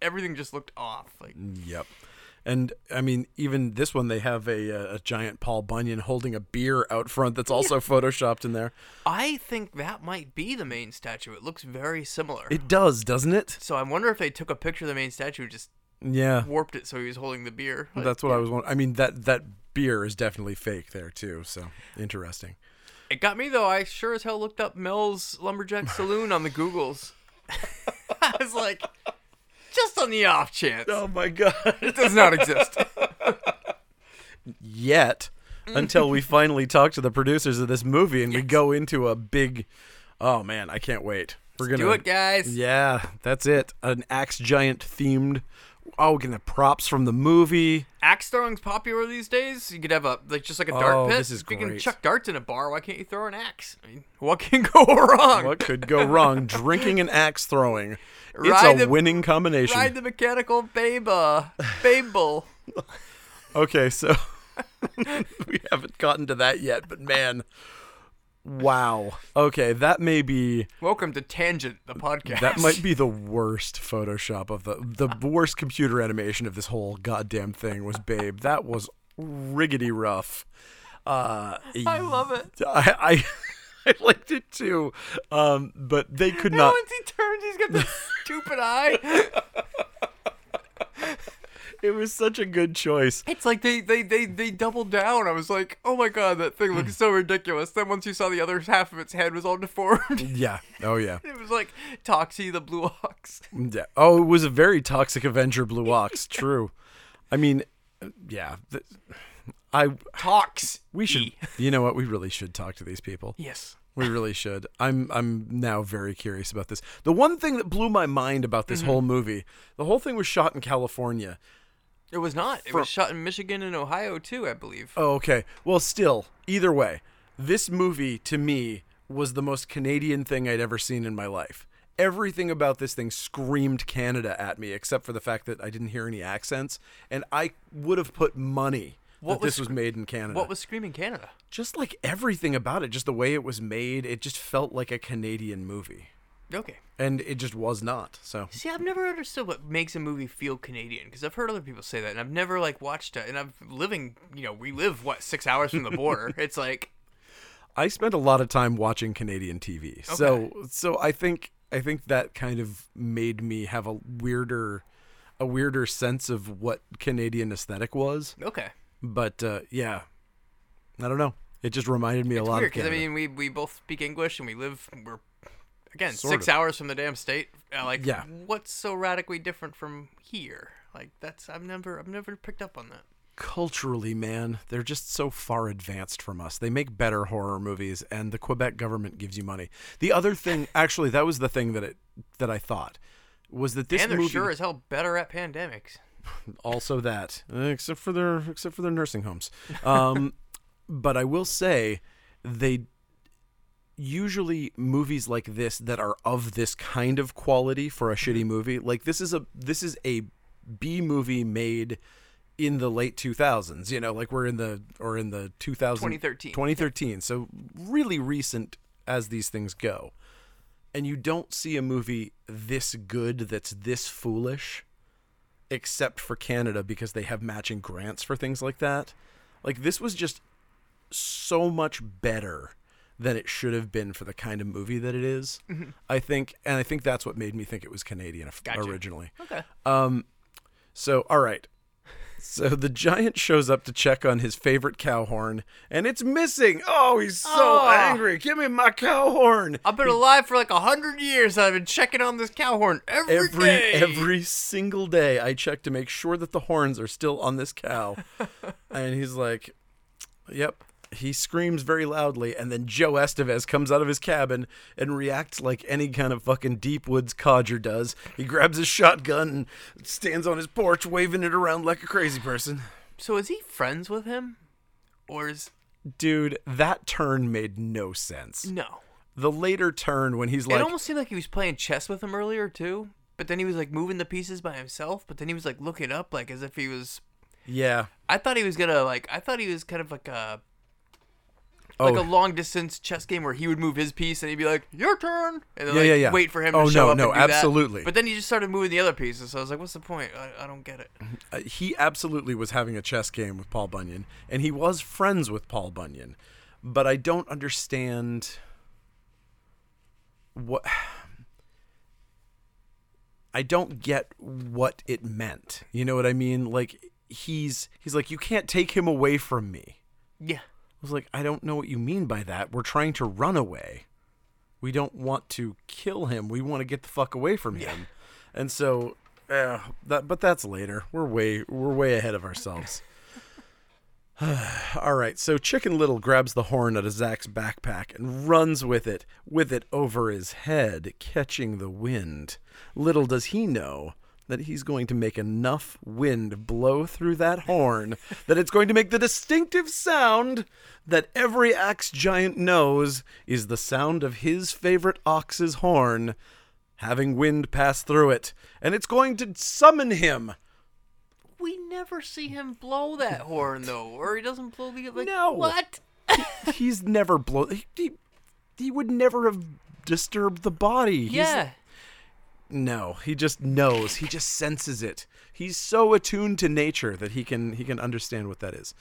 Everything just looked off. Like Yep. And I mean, even this one, they have a, uh, a giant Paul Bunyan holding a beer out front that's also photoshopped in there. I think that might be the main statue. It looks very similar. It does, doesn't it? so I wonder if they took a picture of the main statue and just Yeah. warped it so he was holding the beer. Like, That's what I was wondering. I mean, that that beer is definitely fake there too. So interesting. it got me though. I sure as hell looked up Mel's Lumberjack Saloon on the Googles. I was like, just on the off chance. my god! It does not exist. Yet, until we finally talk to the producers of this movie and we go into a big, oh man, I can't wait. We're gonna Do it, guys. Yeah, that's it. An axe giant themed. Oh, we're gonna props from the movie. Axe throwing's popular these days. You could have a like just like a dart Oh, pit. this is if you can great. chuck darts in a bar, why can't you throw an axe? I mean, what can go wrong? What could go wrong? Drinking and axe throwing. It's Ride a the- winning combination. Ride the mechanical babe, uh, babel. Okay, so we haven't gotten to that yet, but man, wow. Okay, that may be Welcome to Tangent, the podcast. that might be the worst Photoshop of the the worst computer animation of this whole goddamn thing was Babe. That was riggedy rough. Uh, I love it. I, I I liked it too, um, but they could not. Once he turns, he's got this stupid eye. It was such a good choice. It's like they, they, they, they doubled down. I was like, oh my god, that thing looks so ridiculous. Then once you saw the other half of its head was all deformed, Yeah. Oh yeah. it was like Toxie the Blue Ox. Yeah. Oh, it was a very toxic Avenger Blue Ox. True. I mean, uh, yeah. th- I Tox. we should. You know what? We really should talk to these people. Yes. We really should. I'm I'm now very curious about this. The one thing that blew my mind about this whole movie, the whole thing was shot in California. It was not. It From- was shot in Michigan and Ohio too, I believe. Oh, okay. Well, still, either way, this movie to me was the most Canadian thing I'd ever seen in my life. Everything about this thing screamed Canada at me, except for the fact that I didn't hear any accents, and I would have put money What that this was- was made in Canada. What was Screaming Canada? just like everything about it, just the way it was made, it just felt like a Canadian movie, Okay. and it just was not. So See, I've never understood what makes a movie feel Canadian because I've heard other people say that, and I've never like watched it. And I'm living, you know, we live what six hours from the border. it's like I spent a lot of time watching Canadian TV. So so I think I think that kind of made me have a weirder a weirder sense of what Canadian aesthetic was. okay, But uh, yeah. I don't know. It just reminded me a lot weird of because I Canada. mean we we both speak English and we live we're again Sort six of. hours from the damn state. Uh, like Yeah. what's so radically different from here? Like that's I've never I've never picked up on that. Culturally, man, they're just so far advanced from us. They make better horror movies and the Quebec government gives you money. The other thing actually that was the thing that it that I thought was that this and they're movie sure as hell better at pandemics. also that Uh, except for their except for their nursing homes um, but i will say they usually movies like this that are of this kind of quality for a shitty movie like this is a this is a b movie made in the late 2000s you know like we're in the or in the 2000 2013. 2013 so really recent as these things go and you don't see a movie this good that's this foolish except for Canada because they have matching grants for things like that. Like this was just so much better than it should have been for the kind of movie that it is, I think, and I think that's what made me think it was Canadian f- Mm-hmm. Gotcha. originally. Um, Okay. So, all right. So the giant shows up to check on his favorite cow horn, and it's missing. Oh, he's so Aw. angry! Give me my cow horn! I've been alive for like a hundred years. I've been checking on this cow horn every every day. every single day I check to make sure that the horns are still on this cow. and he's like, "Yep." He screams very loudly, and then Joe Estevez comes out of his cabin and reacts like any kind of fucking deep woods codger does. He grabs his shotgun and stands on his porch, waving it around like a crazy person. So is he friends with him, or is Dude, that turn made no sense. no? The later turn when he's it like, almost seemed like he was playing chess with him earlier too. But then he was like moving the pieces by himself. But then he was like looking up, like as if he was. "Yeah, I thought he was gonna like. I thought he was kind of like a oh, like a long distance chess game where he would move his piece and he'd be like, "Your turn," and then Yeah, like, yeah, yeah. wait for him Oh, to show no, up. no, and do that. absolutely. But then he just started moving the other pieces. So I was like, "What's the point? I, I don't get it." uh, he absolutely was having a chess game with Paul Bunyan, and he was friends with Paul Bunyan, but I don't understand what. I don't get what it meant. You know what I mean? Like he's he's like you can't take him away from me. Yeah. I was like I don't know what you mean by that. We're trying to run away. We don't want to kill him. We want to get the fuck away from him. And so, eh, that but that's later. We're way we're way ahead of ourselves. All right. So Chicken Little grabs the horn out of Zack's backpack and runs with it, with it over his head, catching the wind. Little does he know that he's going to make enough wind blow through that horn that it's going to make the distinctive sound that every axe giant knows is the sound of his favorite ox's horn having wind pass through it, and it's going to summon him. We never see him blow that horn though, or he doesn't blow the like. No. What? he's never blow. He, he, he would never have disturbed the body. He's- Yeah. no, he just knows. He just senses it. He's so attuned to nature that he can he can understand what that is.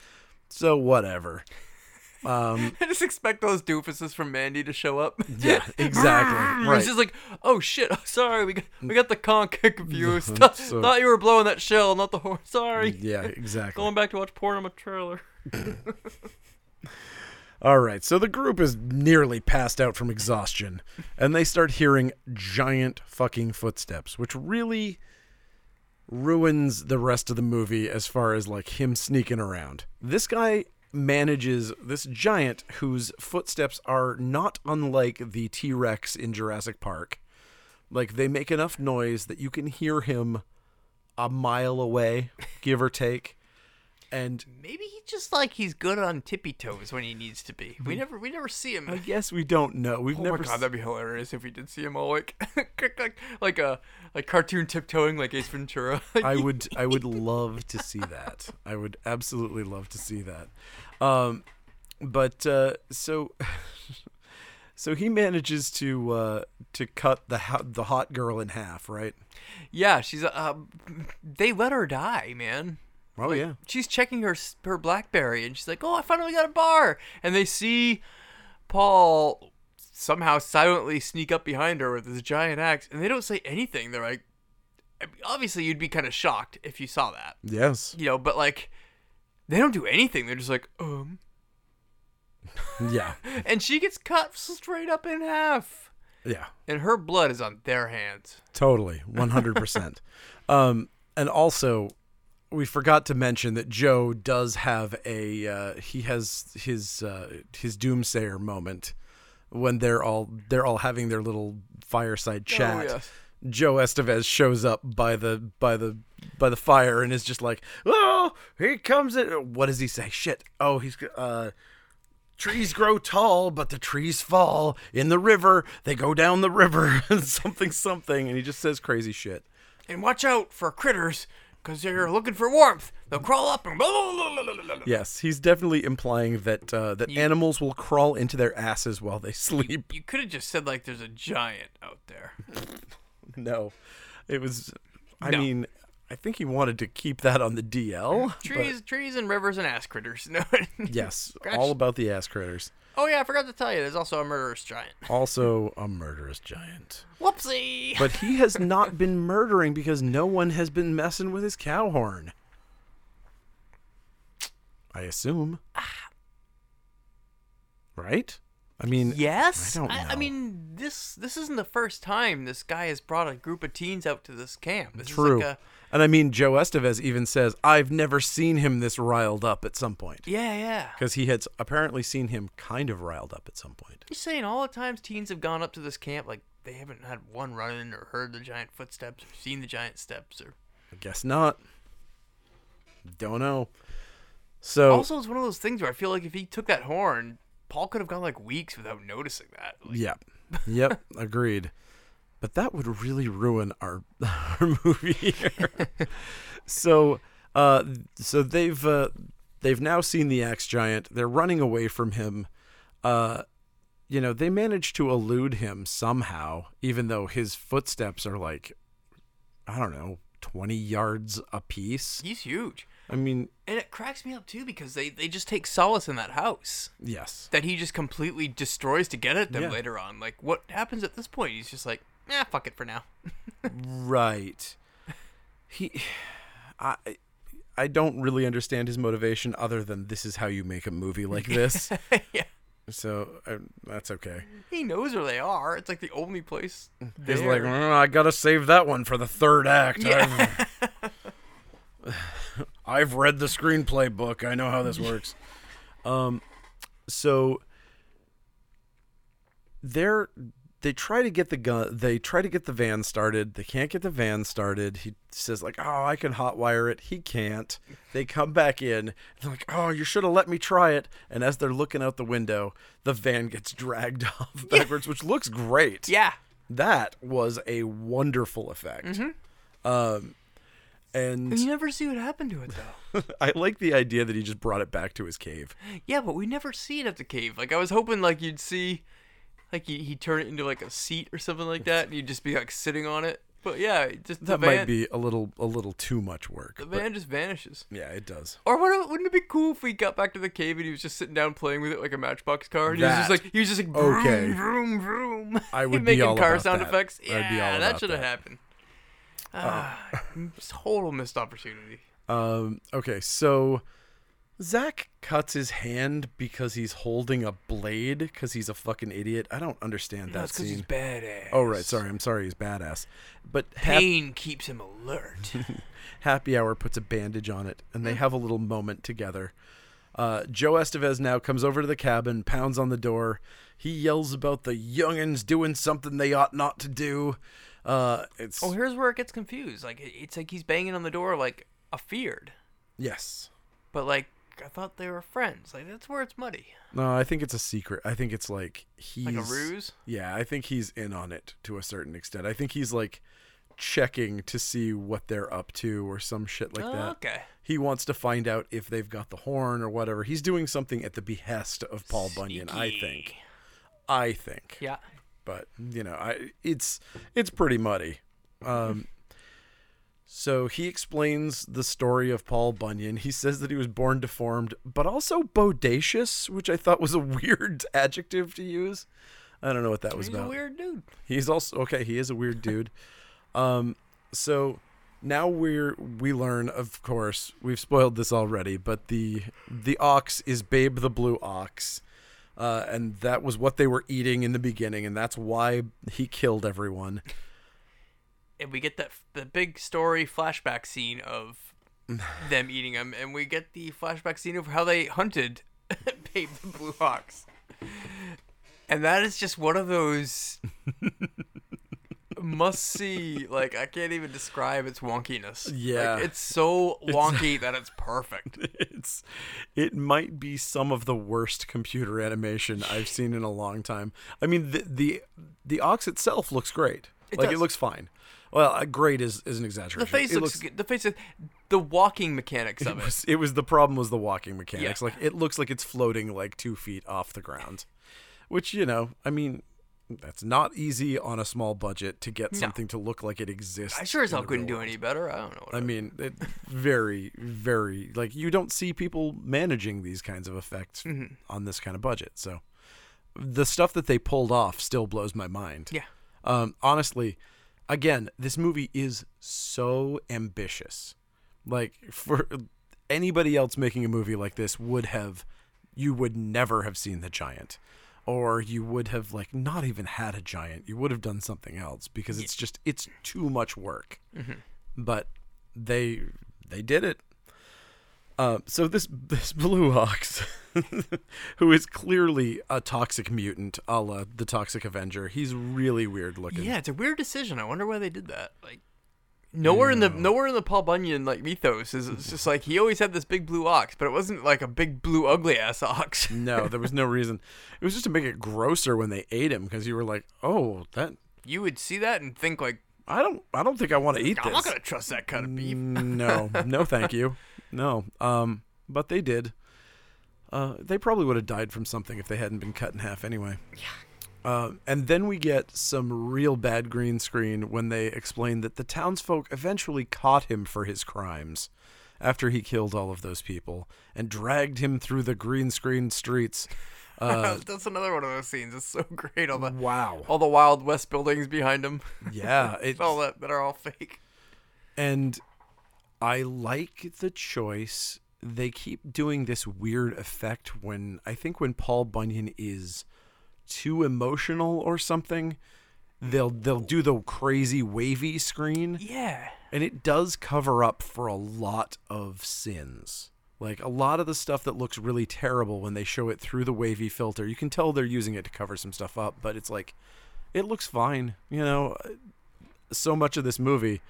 So whatever. I just expect those doofuses from Mandy to show up. Yeah, exactly. It's right. just like, oh shit, oh, sorry, we got we got the conch confused. Thought, so- thought you were blowing that shell, not the horn. Sorry. yeah, exactly. Going back to watch porn on my trailer. All right, so the group is nearly passed out from exhaustion, and they start hearing giant fucking footsteps, which really ruins the rest of the movie as far as like him sneaking around. This guy manages this giant whose footsteps are not unlike the T Rex in Jurassic Park. Like, they make enough noise that you can hear him a mile away, give or take. And Maybe he just like he's good on tippy toes when he needs to be. We never we never see him. Hmm. I guess we don't know. We've oh never my god, s- that'd be hilarious if we did see him all like click, click, like a like cartoon tiptoeing like Ace Ventura. I would I would love to see that. I would absolutely love to see that. Um, but uh, so so he manages to uh, to cut the hot, the hot girl in half, right? yeah, she's uh, they let her die, man. Oh yeah. she's checking her her BlackBerry, and she's like, "Oh, I finally got a bar." And they see Paul somehow silently sneak up behind her with his giant axe, and they don't say anything. They're like, I mean, obviously, you'd be kind of shocked if you saw that, Yes. you know. But like, they don't do anything. They're just like, um, Yeah. and she gets cut straight up in half, Yeah. and her blood is on their hands. Totally, one hundred percent. Um, and also, we forgot to mention that Joe does have a uh, he has his uh, his doomsayer moment when they're all they're all having their little fireside chat. yes. Joe Estevez shows up by the by the by the fire and is just like, "Oh, here comes it." What does he say? Shit. Oh, he's uh trees grow tall, but the trees fall in the river. They go down the river, something, something, and he just says crazy shit. And watch out for critters, because they're looking for warmth. They'll crawl up and blah, blah, blah, blah, blah, blah. Yes, he's definitely implying that uh, that animals will crawl into their asses while they sleep. You could have just said like there's a giant out there. No, it was. I No. mean, I think he wanted to keep that on the DL. but- Trees, trees, and rivers and ass critters. No. Yes, Scratch- all about the ass critters. Oh yeah, I forgot to tell you. There's also a murderous giant. Also, a murderous giant. Whoopsie. But he has not been murdering because no one has been messing with his cow horn. I assume. Ah. Right? I mean, yes. I don't I, know. mean, this this isn't the first time this guy has brought a group of teens out to this camp. This true. Is like a, And I mean, Joe Estevez even says, I've never seen him this riled up at some point. yeah, yeah. Because he had s- apparently seen him kind of riled up at some point. You saying all the times teens have gone up to this camp like they haven't had one run-in or heard the giant footsteps or seen the giant steps or I guess not. Don't know. So, also it's one of those things where I feel like if he took that horn, Paul could have gone like weeks without noticing that. Like, Yep. Yep. agreed. But that would really ruin our our movie here. so uh so they've uh, they've now seen the axe giant. They're running away from him. Uh you know, they manage to elude him somehow, even though his footsteps are like I don't know, twenty yards apiece. He's huge. I mean, And it cracks me up too because they, they just take solace in that house yes. that he just completely destroys to get at them Yeah. later on. Like what happens at this point? He's just like, nah, fuck it for now. Right. He I I don't really understand his motivation other than this is how you make a movie like this. yeah. so uh, that's okay. He knows where they are. It's like the only place. He's there. like, "Mm, I gotta save that one for the third act. I've, I've read the screenplay book. I know how this works. um, so they're they try to get the gun. They try to get the van started. They can't get the van started. He says like, "Oh, I can hotwire it." He can't. They come back in. They're like, "Oh, you should have let me try it." And as they're looking out the window, the van gets dragged off backwards, which looks great Yeah. that was a wonderful effect. Um, Mm-hmm. You and never see what happened to it though. I like the idea that he just brought it back to his cave. yeah, but we never see it at the cave. Like I was hoping like you'd see like he he'd turn it into like a seat or something like that and you'd just be like sitting on it. But yeah, it just the That van, might be a little a little too much work. the but van just vanishes. yeah, it does. Or would- wouldn't it be cool if we got back to the cave and he was just sitting down playing with it like a matchbox car? And he was just That. like he was just like vroom, Okay. vroom, vroom. I would be making all car about sound that. effects. I'd be all Yeah, that about should have that. Oh. happened. Ah, total missed opportunity. Um, okay, so Zach cuts his hand because he's holding a blade because he's a fucking idiot. I don't understand that That's because he's scene. badass. Oh right, sorry. I'm sorry. He's badass. But hap- Pain keeps him alert. Happy Hour puts a bandage on it, and they Mm. have a little moment together. Uh, Joe Estevez now comes over to the cabin, pounds on the door. He yells about the youngins doing something they ought not to do. Uh, it's Oh, here's where it gets confused. Like it- it's like he's banging on the door like a feared, yes. but like I thought they were friends. Like that's where it's muddy. No, I think it's a secret. I think it's like he's Like a ruse. Yeah, I think he's in on it to a certain extent. I think he's like checking to see what they're up to or some shit like Oh, that. okay. He wants to find out if they've got the horn or whatever. He's doing something at the behest of Paul Bunyan, I think. I think. Yeah. But, you know, I it's it's pretty muddy. Um So he explains the story of Paul Bunyan. He says that he was born deformed, but also bodacious, which I thought was a weird adjective to use. I don't know what that was He's about. a weird dude. He's also okay. He is a weird dude. Um, so now we're we learn, of course, we've spoiled this already, but the the ox is Babe the Blue Ox, uh, and that was what they were eating in the beginning, and that's why he killed everyone. and we get that the big story flashback scene of them eating them, and we get the flashback scene of how they hunted Babe the Blue Ox. And that is just one of those must see. Like I can't even describe its wonkiness. Like, Yeah. it's so wonky that it's perfect. It's it might be some of the worst computer animation I've seen in a long time. I mean, the the, the ox itself looks great. It like it does. looks fine. Well, uh, great is, is an exaggeration. The face it looks, good. The face, is- the walking mechanics of it it. was, it was the problem was the walking mechanics. Yeah. Like it looks like it's floating like two feet off the ground, which you know, I mean, that's not easy on a small budget to get something to look like it exists. I sure as in hell the couldn't real do world. any better. I don't know. What I mean, it very, very like you don't see people managing these kinds of effects Mm-hmm. on this kind of budget. So the stuff that they pulled off still blows my mind. Yeah. Um, honestly, again, this movie is so ambitious. Like for anybody else making a movie like this would have you would never have seen the giant or you would have like not even had a giant. You would have done something else because it's just it's too much work but they they did it. Uh, so this this blue ox, who is clearly a toxic mutant, a la the Toxic Avenger, he's really weird looking. Yeah, it's a weird decision. I wonder why they did that. Like nowhere in the nowhere in the Paul Bunyan like mythos is it's just like he always had this big blue ox, but it wasn't like a big blue ugly ass ox. No, there was no reason. It was just to make it grosser when they ate him because you were like, oh, that You would see that and think like, I don't I don't think I want to eat I'm this. not gonna trust that kind of beef. no, no, thank you. No. Um, but they did. Uh, they probably would have died from something if they hadn't been cut in half anyway. Yeah. Uh, and then we get some real bad green screen when they explain that the townsfolk eventually caught him for his crimes after he killed all of those people and dragged him through the green screen streets. That's another one of those scenes. It's so great. All the Wow. all the Wild West buildings behind him, Yeah. It, all that that are all fake. And I like the choice. They keep doing this weird effect when I think when Paul Bunyan is too emotional or something, they'll they'll do the crazy wavy screen Yeah. and it does cover up for a lot of sins. Like a lot of the stuff that looks really terrible when they show it through the wavy filter, you can tell they're using it to cover some stuff up, but it's like it looks fine. You know, so much of this movie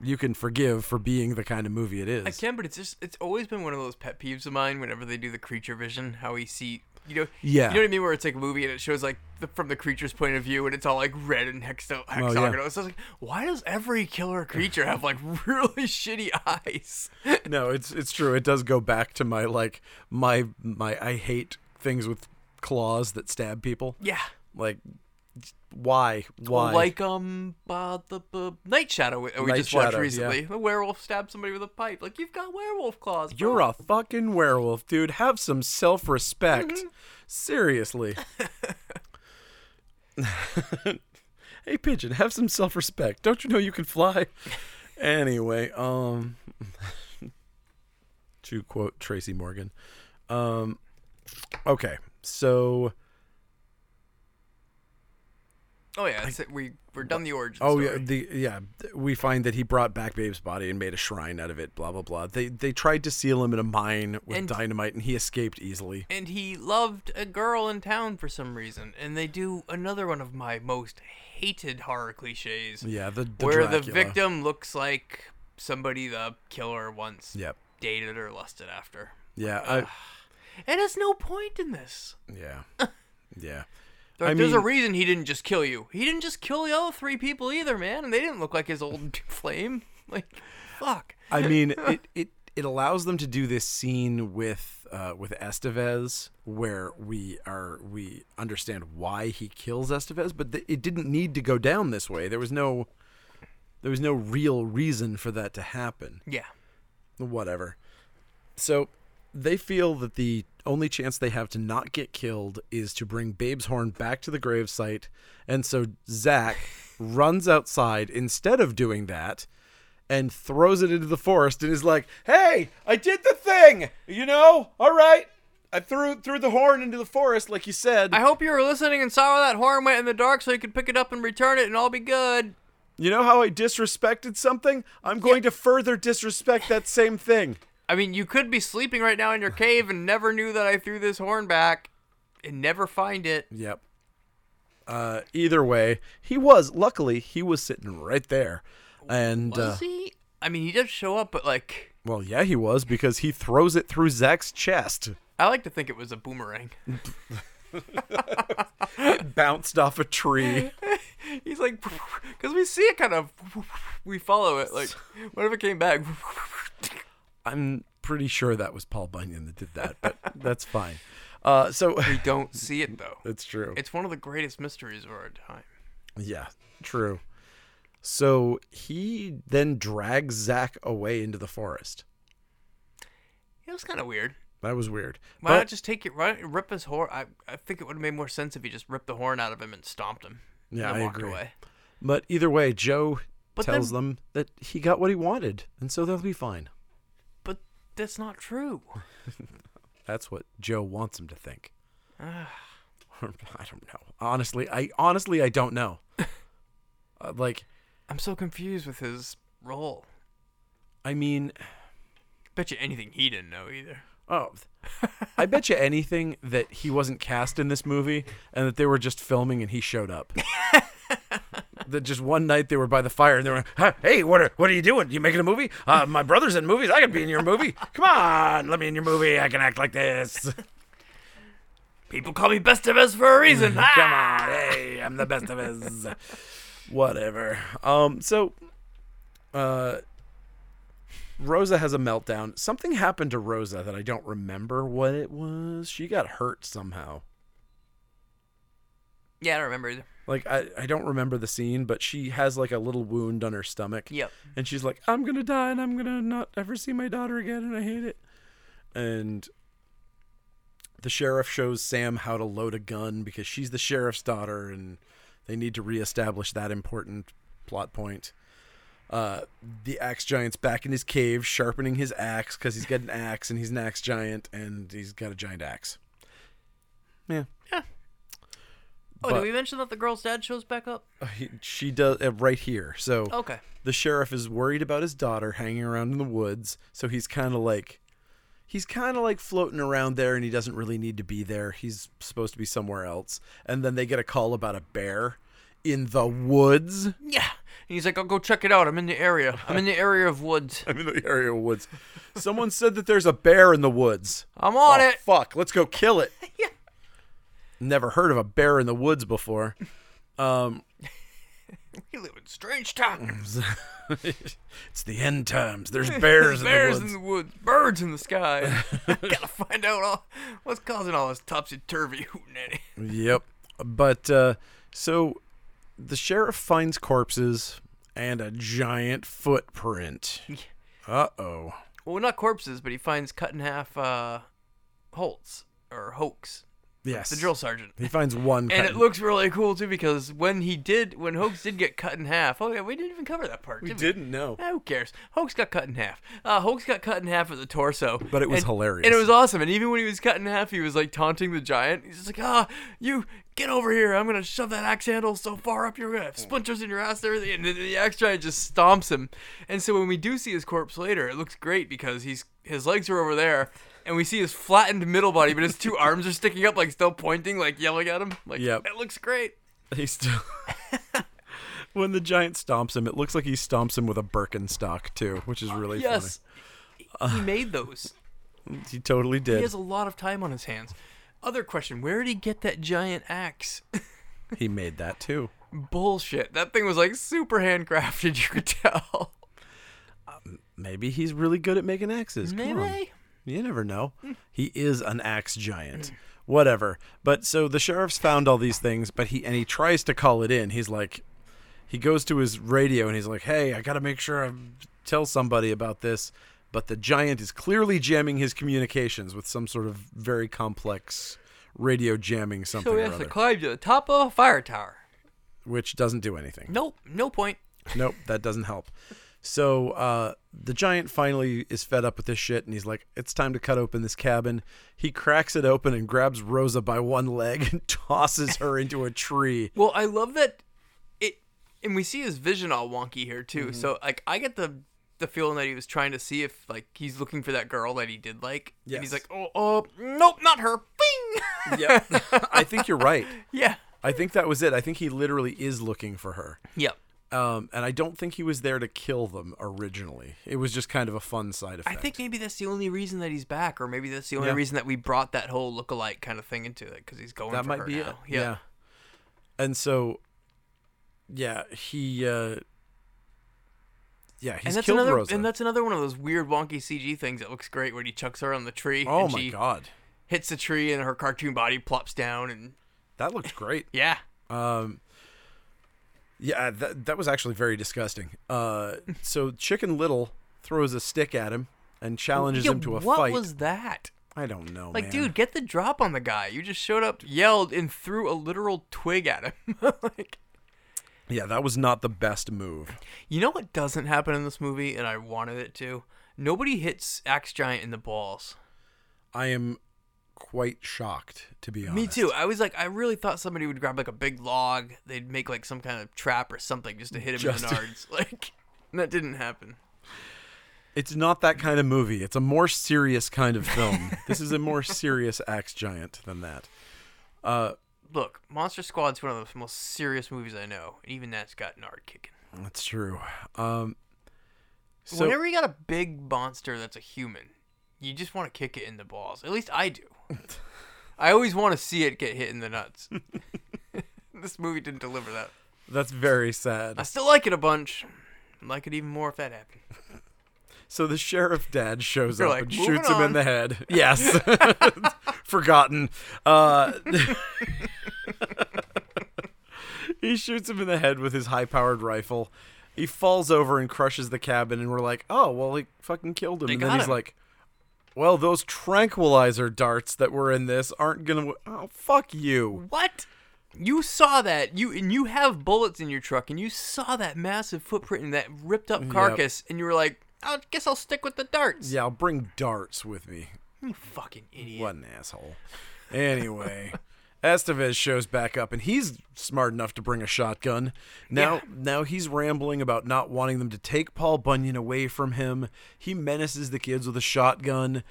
you can forgive for being the kind of movie it is. I can, but it's just it's always been one of those pet peeves of mine. Whenever they do the creature vision, how we see, you know, Yeah. you know what I mean, where it's like a movie and it shows like the, from the creature's point of view, and it's all like red and Oh, hexo- hexagonal. So it's like, why does every killer creature have like really shitty eyes? No, it's it's true. It does go back to my like my my I hate things with claws that stab people. yeah, Like why? Why? like um, uh, the, the Night Shadow we we Night just Shadow, watched yeah. recently. The werewolf stabbed somebody with a pipe. Like you've got werewolf claws. bro. You're a fucking werewolf, dude. Have some self respect. Mm-hmm. Seriously. hey, pigeon, have some self respect. Don't you know you can fly? Anyway, um, to quote Tracy Morgan. Um, okay, so Oh yeah, it's, we we're done the origin. Oh story. yeah, the yeah. We find that he brought back Babe's body and made a shrine out of it. Blah blah blah. They they tried to seal him in a mine with And- dynamite, and he escaped easily. and he loved a girl in town for some reason. And they do another one of my most hated horror cliches. Yeah, the, the where the Dracula. victim looks like somebody the killer once Yep. dated or lusted after. Yeah. I, And there's no point in this. yeah. Yeah. There- I there's a mean- reason he didn't just kill you. He didn't just kill the other three people either, man. And they didn't look like his old flame. Like, fuck. I mean, it, it it allows them to do this scene with uh, with Estevez, where we are we understand why he kills Estevez, but th- it didn't need to go down this way. There was no there was no real reason for that to happen. Yeah. Whatever. So they feel that the only chance they have to not get killed is to bring Babe's horn back to the gravesite, and so Zach runs outside instead of doing that and throws it into the forest and is like, "Hey, I did the thing. You know? All right. I threw threw the horn into the forest like you said. I hope you were listening and saw where that horn went in the dark so you could pick it up and return it and all be good. you know how I disrespected something? I'm going to further disrespect that same thing." I mean, you could be sleeping right now in your cave and never knew that I threw this horn back and never find it. Yep. Uh, either way, he was luckily he was sitting right there, and uh, Does he? I mean, he does show up, but like, well, yeah, he was because he throws it through Zach's chest, I like to think it was a boomerang. bounced off a tree. He's like, because we see it kind of, we follow it. Like, whatever came back. I'm pretty sure that was Paul Bunyan that did that, but that's fine. Uh, so We don't see it though. it's true. It's one of the greatest mysteries of our time. Yeah, true. So he then drags Zach away into the forest. It was kind of weird. That was weird. Why but not just take it, right? Rip his horn. I, I think it would have made more sense if he just ripped the horn out of him and stomped him. and Yeah, then I walked agree. Away. but either way, Joe But tells then- them that he got what he wanted, and so they'll be fine. But that's not true. That's what Joe wants him to think. I don't know. Honestly, I honestly I don't know. uh, like, I'm so confused with his role. I mean, Bet you anything he didn't know either. oh, I bet you anything that he wasn't cast in this movie and that they were just filming and he showed up. that just one night they were by the fire and they were, "Huh, "Hey, what are what are you doing? You making a movie? Uh, my brother's in movies. I could be in your movie. Come on, let me in your movie. I can act like this. People call me best of us for a reason. Ah! Come on, hey, I'm the best of us. Whatever. Um, so, uh, Rosa has a meltdown. Something happened to Rosa that I don't remember what it was. She got hurt somehow. Yeah, I don't remember either. Like I, I don't remember the scene, but she has like a little wound on her stomach. Yep. And she's like, I'm gonna die and I'm gonna not ever see my daughter again and I hate it. And the sheriff shows Sam how to load a gun because she's the sheriff's daughter and they need to reestablish that important plot point. Uh, the axe giant's back in his cave sharpening his axe because he's got an axe and he's an axe giant and he's got a giant axe. Yeah. Oh, But- did we mention that the girl's dad shows back up? He, she does uh, right here. So Okay. the sheriff is worried about his daughter hanging around in the woods, so he's kind of like he's kind of like floating around there and he doesn't really need to be there. He's supposed to be somewhere else. And then they get a call about a bear in the woods. Yeah. And he's like, I'll go check it out. I'm in the area. I'm in the area of woods. I'm in the area of woods. Someone said that there's a bear in the woods. I'm on Oh, it. fuck, let's go kill it. Yeah. Never heard of a bear in the woods before. Um We live in strange times. it's the end times. There's bears in the Bears woods. in the woods, birds in the sky. Gotta find out all, what's causing all this topsy turvy hootenanny. Yep. But uh, so the sheriff finds corpses and a giant footprint. Uh oh. Well, not corpses, but he finds cut in half uh, Holtz or Hoax. Yes. the drill sergeant. He finds one. And it cut- looks really cool too because when he did, when Hoax did get cut in half. Oh yeah, we didn't even cover that part. We did didn't know. Eh, who cares? Hoax got cut in half. Uh, Hoax got cut in half at the torso. But it was And- hilarious. And it was awesome. And even when he was cut in half, he was like taunting the giant. He's just like, ah, you get over here. I'm going to shove that axe handle so far up you're going to have splinters in your ass and everything. And then the axe giant just stomps him. And so when we do see his corpse later, it looks great because he's his legs are over there. And we see his flattened middle body, but his two arms are sticking up, like still pointing, like yelling at him. Like, Yep. it looks great. He still. when the giant stomps him, it looks like he stomps him with a Birkenstock too, which is really Yes. Uh, He made those. funny. He totally did. He has a lot of time on his hands. Other question: Where did he get that giant axe? he made that too. Bullshit! That thing was like super handcrafted. You could tell. Maybe he's really good at making axes. Come on. Maybe. You never know. He is an axe giant. Whatever. But so the sheriff's found all these things, but he and he tries to call it in. He's like he goes to his radio and he's like, "Hey, I got to make sure I tell somebody about this." But the giant is clearly jamming his communications with some sort of very complex radio jamming something So he or has to other, climb to the top of a fire tower. which doesn't do anything. Nope, no point. nope, that doesn't help. So uh, the giant finally is fed up with this shit, and he's like, "It's time to cut open this cabin." He cracks it open and grabs Rosa by one leg and tosses her into a tree. Well, I love that it, and we see his vision all wonky here too. So like, I get the the feeling that he was trying to see if like he's looking for that girl that he did like, and Yes. he's like, oh, oh, nope, not her. Bing. Yep, I think you're right. yeah. I think that was it. I think he literally is looking for her, Yep. um, and I don't think he was there to kill them originally. It was just kind of a fun side effect. I think maybe that's the only reason that he's back, or maybe that's the only Yeah. reason that we brought that whole look-alike kind of thing into it because he's going. that for might her be now. it. Yeah. And so, yeah, he. Uh, yeah, he's and that's killed another, Rosa. and that's another one of those weird wonky CG things that looks great when he chucks her on the tree. Oh and my she god, Hits the tree and her cartoon body plops down, and that looked great. yeah, yeah, that that was actually very disgusting. Uh, so Chicken Little throws a stick at him and challenges Yeah, him to a what fight. was that? I don't know, Like, man. dude, get the drop on the guy. You just showed up, yelled, and threw a literal twig at him. like, Yeah, that was not the best move. You know what doesn't happen in this movie, and I wanted it to. Nobody hits Axe Giant in the balls. I am quite shocked to be honest. Me too. I was like, I really thought somebody would grab like a big log. They'd make like some kind of trap or something just to hit him Just in to- the nards. Like, and that didn't happen. It's not that kind of movie. It's a more serious kind of film. this is a more serious axe giant than that. Look, Monster Squad's one of the most serious movies I know, and even that's got nard kicking. That's true. Um, so Whenever you got a big monster that's a human, you just want to kick it in the balls. At least I do. I always want to see it get hit in the nuts. this movie didn't deliver that. that's very sad. I still like it a bunch. I'd like it even more if that happened. So the sheriff dad shows You're up like, and "Moving shoots him in on." the head. Yes. Forgotten. Uh, he shoots him in the head with his high powered rifle. He falls over and crushes the cabin, and we're like, oh, well, he fucking killed him. and then got he's him. like, well, those tranquilizer darts that were in this aren't gonna. w- Oh, fuck you. What? You saw that you and you have bullets in your truck and you saw that massive footprint in that ripped up carcass and you were like, I guess I'll stick with the darts. Yeah, I'll bring darts with me. You fucking idiot. What an asshole. Anyway, Estevez shows back up, and he's smart enough to bring a shotgun. Now, Yeah. now he's rambling about not wanting them to take Paul Bunyan away from him. He menaces the kids with a shotgun,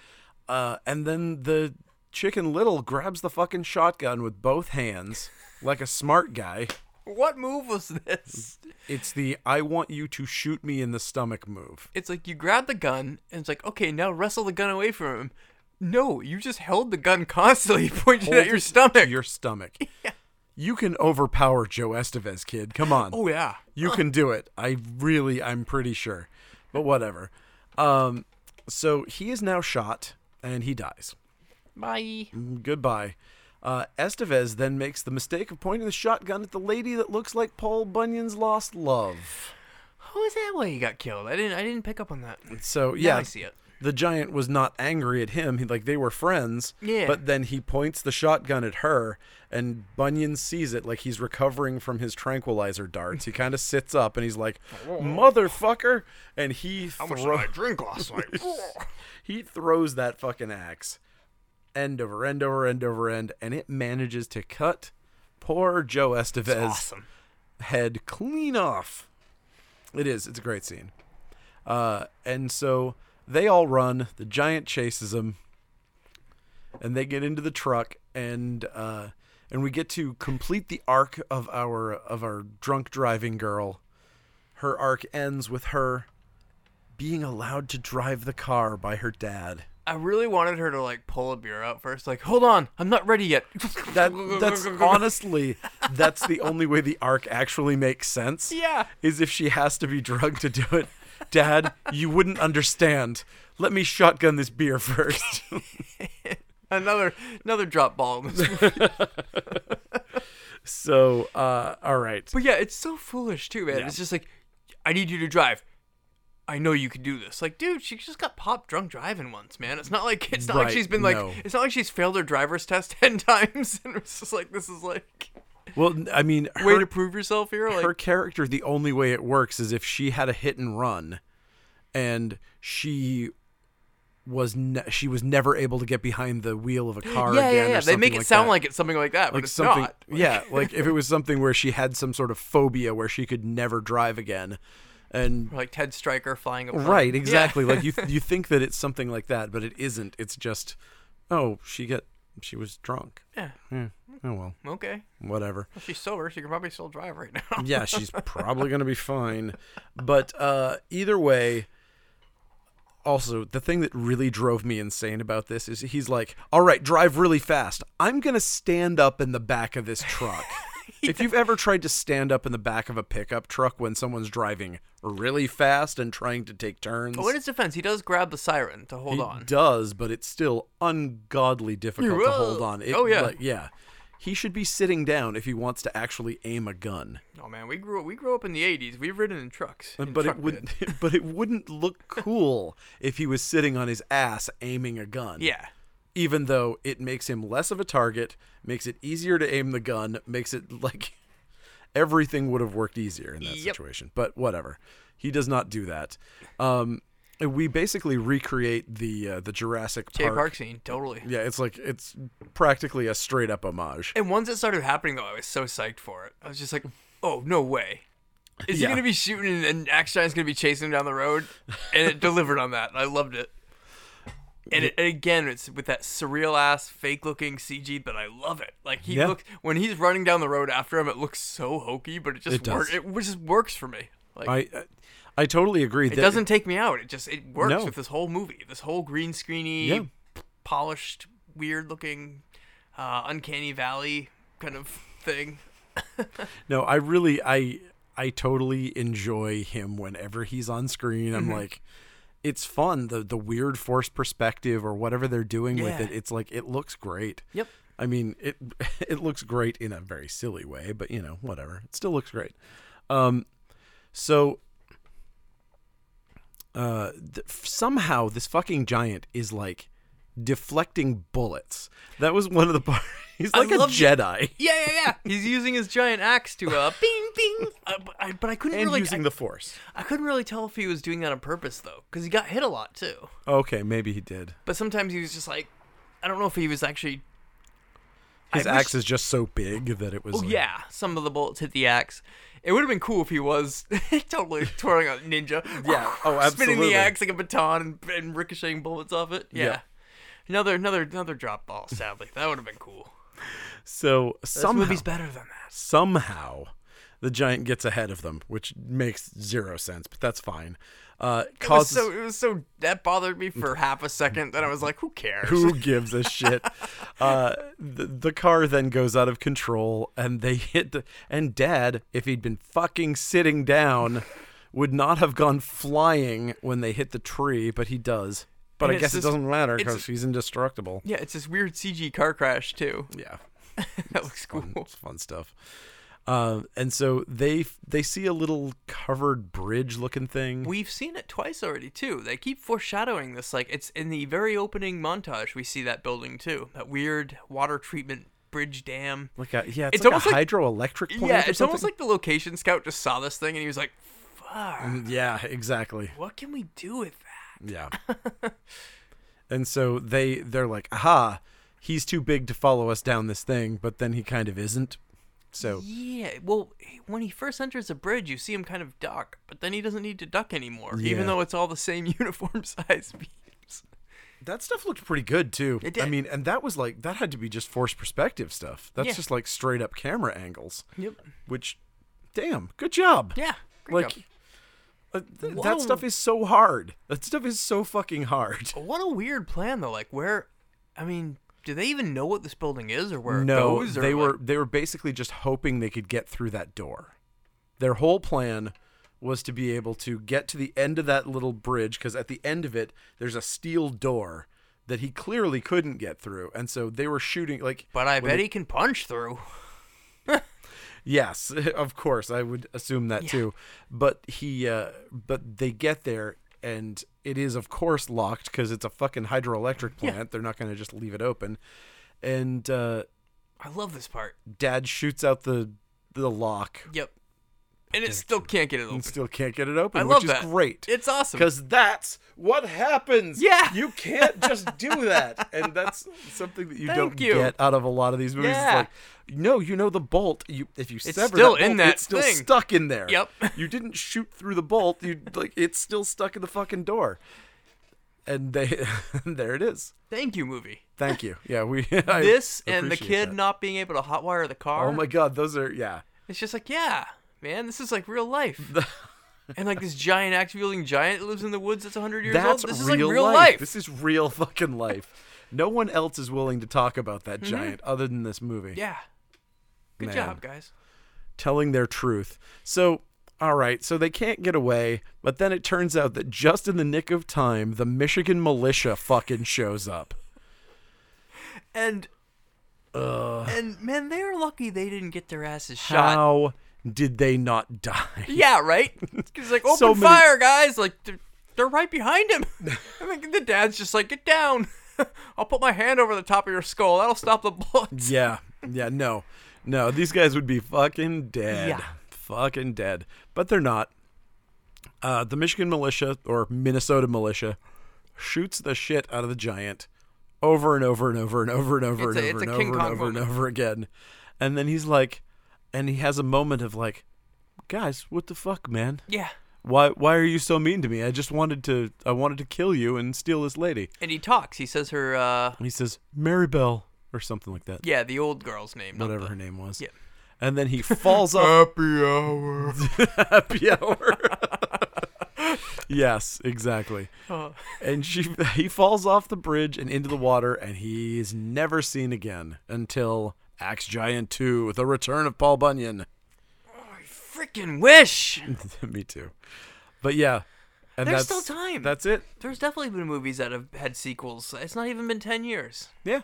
uh, and then the Chicken Little grabs the fucking shotgun with both hands, like a smart guy. What move was this? It's the "I want you to shoot me in the stomach" move. It's like you grab the gun and it's like, okay, now wrestle the gun away from him. No, you just held the gun constantly pointed Hold at your it to stomach. Your stomach. You can overpower Joe Estevez, kid. Come on. oh yeah. You can do it. I really, I'm pretty sure. But whatever. Um, so he is now shot and he dies. Bye. Goodbye. Uh, Estevez then makes the mistake of pointing the shotgun at the lady that looks like Paul Bunyan's lost love. How is that why he got killed? I didn't I didn't pick up on that. So Yeah, yeah, I see it. the giant was not angry at him. He, like they were friends. Yeah. But then he points the shotgun at her, and Bunyan sees it like he's recovering from his tranquilizer darts. He kind of sits up and he's like, "Motherfucker!" And he throws drink last night? he throws that fucking axe, end over end over end over end, and it manages to cut poor Joe Estevez awesome. head clean off. It is. It's a great scene. Uh, and so they all run. The giant chases them, and they get into the truck, and uh, and we get to complete the arc of our of our drunk driving girl. Her arc ends with her being allowed to drive the car by her dad. I really wanted her to like pull a beer out first. Like, hold on, I'm not ready yet. That that's honestly that's the only way the arc actually makes sense. Yeah. Is if she has to be drugged to do it. Dad, you wouldn't understand. Let me shotgun this beer first. another another drop ball. in this movie. so, uh all right. but yeah, it's so foolish too, man. It's just like, I need you to drive. I know you can do this. Like, dude, she just got pop drunk driving once, man. It's not like it's not Right, like she's been like no. it's not like she's failed her driver's test ten times and it's just like this is like Well, I mean, her, way to prove yourself here. Like her character the only way it works is if she had a hit and run and she was ne- she was never able to get behind the wheel of a car yeah, again yeah, or yeah. They make something it like sound that. like it's something like that, but like it's something not. Like, yeah like if it was something where she had some sort of phobia where she could never drive again and like Ted Stryker flying a plane. right Yeah. exactly like you you think that it's something like that but it isn't it's just oh she get she was drunk Yeah. oh well Okay. whatever Well, she's sober. She can probably still drive right now. yeah she's probably going to be fine but uh either way also the thing that really drove me insane about this is he's like all right drive really fast i'm going to stand up in the back of this truck If you've ever tried to stand up in the back of a pickup truck when someone's driving really fast and trying to take turns, Well, in his defense, he does grab the siren to hold It on. does, but it's still ungodly difficult to will. hold on. It- Oh, yeah. like, yeah. He should be sitting down if he wants to actually aim a gun. Oh man, we grew we grew up in the '80s. We've ridden in trucks. in but truck it would, bed. but it wouldn't look cool if he was sitting on his ass aiming a gun. Yeah. Even though it makes him less of a target, makes it easier to aim the gun, makes it like everything would have worked easier in that Yep. situation. But whatever, he does not do that. Um, and we basically recreate the uh, the Jurassic Jay Park scene, totally. Yeah, it's like it's practically a straight up homage. And once it started happening, though, I was so psyched for it. I was just like, "Oh no way! Is Yeah. he gonna be shooting and, and Axe Giant's gonna be chasing him down the road?" And it delivered on that. I loved it. And, it, and again, it's with that surreal ass, fake looking CG, but I love it. Like he Yeah. looks when he's running down the road after him, it looks so hokey, but it just It works. does. It just works for me. Like I I- I totally agree. it doesn't take me out. It just it works No. with this whole movie, this whole green screeny, Yeah. p- polished, weird looking, uh, uncanny valley kind of thing. No, I really I I totally enjoy him whenever he's on screen. I'm Mm-hmm. like it's fun the the weird force perspective or whatever they're doing with Yeah. it. It's like it looks great. Yep. I mean, it it looks great in a very silly way, but you know, whatever. It still looks great. Um so uh th- somehow this fucking giant is like deflecting bullets. That was one of the parts. He's I like a love the- Jedi. Yeah, yeah, yeah. He's using his giant axe to uh, bing, bing. Uh, but, I, but I couldn't And really, using I, the force. I couldn't really tell if he was doing that on purpose though, because he got hit a lot too. Okay, maybe he did. But sometimes he was just like, I don't know if he was actually. His I wish- axe is just so big that it was. Oh like- yeah, some of the bullets hit the axe. It would have been cool if he was totally twirling a ninja. Yeah. Oh, absolutely. Spinning the axe like a baton and, and ricocheting bullets off it. Yeah. Yeah. Another another another drop ball. Sadly, that would have been cool. So Some somehow, movie's better than that. somehow, the giant gets ahead of them, which makes zero sense, but that's fine. Uh, It was causes so it was so that bothered me for half a second. Then I was like, who cares? who gives a shit. Uh, the, the car then goes out of control, and they hit the. And Dad, if he'd been fucking sitting down, would not have gone flying when they hit the tree, but he does. But And I it's guess this- it doesn't matter it's- because he's indestructible. yeah, it's this weird CG car crash too. Yeah. Um, that looks cool. It's fun stuff. Um, and so they they see a little covered bridge looking thing. We've seen it twice already too. They keep foreshadowing this. Like it's in the very opening montage, we see that building too. That weird water treatment bridge dam. like a, yeah, it's, It's like almost a like- hydroelectric plant. yeah, or it's almost something. like the location scout just saw this thing and he was like, "Fuck, yeah, exactly. what can we do with that?" Yeah. and so they they're like, aha, he's too big to follow us down this thing, but then he kind of isn't. So Yeah, well, when he first enters the bridge, you see him kind of duck, but then he doesn't need to duck anymore, Yeah. even though it's all the same uniform size beams. that stuff looked pretty good too. It I did. mean, and that was like that had to be just forced perspective stuff. That's Yeah. just like straight up camera angles. Yep. Which, damn, good job. Yeah. Great like job. uh, th- Whoa. that stuff is so hard. That stuff is so fucking hard. What a weird plan though. Like where I mean, do they even know what this building is or where it no, goes? Or they like- were they were basically just hoping they could get through that door. Their whole plan was to be able to get to the end of that little bridge because at the end of it there's a steel door that he clearly couldn't get through, and so they were shooting like. But I when bet they- he can punch through. Yes, of course, I would assume that too. But he, uh, but they get there and it is of course locked because it's a fucking hydroelectric plant. They're not going to just leave it open. And uh, I love this part. Dad shoots out the the lock Yep. And it still can't get it open. and still can't get it open, I which love is that. great. It's awesome. Because that's what happens. Yeah. you can't just do that, and that's something that you Thank don't you. get out of a lot of these movies. Yeah. It's like, no, you know the bolt. You if you sever still that in bolt, that it's still thing. stuck in there. Yep. you didn't shoot through the bolt. You like it's still stuck in the fucking door. And they, there it is. Thank you, movie. Thank you. Yeah, we I This and the appreciate kid that. not being able to hotwire the car. Oh my god, those are yeah. It's just like, yeah, man, this is like real life. and like this giant axe wielding giant that lives in the woods that's 100 years That's old. real, This is like real life. life. This is real fucking life. No one else is willing to talk about that Mm-hmm. giant other than this movie. yeah. Good Man. job, guys. Telling their truth. So, all right, so they can't get away, but then it turns out that just in the nick of time, the Michigan militia fucking shows up. And and man, they are lucky they didn't get their asses shot. uh, How did they not die? Yeah, right. He's like, open So many- fire, guys! Like they're, they're right behind him. and like, the dad's just like, get down. I'll put my hand over the top of your skull. That'll stop the bullets. Yeah, yeah, no, no. These guys would be fucking dead. Yeah. Fucking dead. But they're not. Uh, the Michigan militia or Minnesota militia shoots the shit out of the giant over and over and over and over and over It's and a- over it's and a over King and Kong over and moment. over again. And then he's like, and he has a moment of like, guys, what the fuck, man? Yeah. Why why are you so mean to me? I just wanted to I wanted to kill you and steal this lady. And he talks. He says her, uh, And he says, Mary Bell or something like that. yeah, the old girl's name. not Whatever the- her name was. Uh-huh. Yeah. And then he falls off Happy hour. happy hour. yes, exactly. Uh-huh. And she he falls off the bridge and into the water and he's never seen again until Axe Giant 2, The Return of Paul Bunyan. Freaking wish. Me too. But yeah. And There's that's- still time. That's it. There's definitely been movies that have had sequels. It's not even been ten years. Yeah.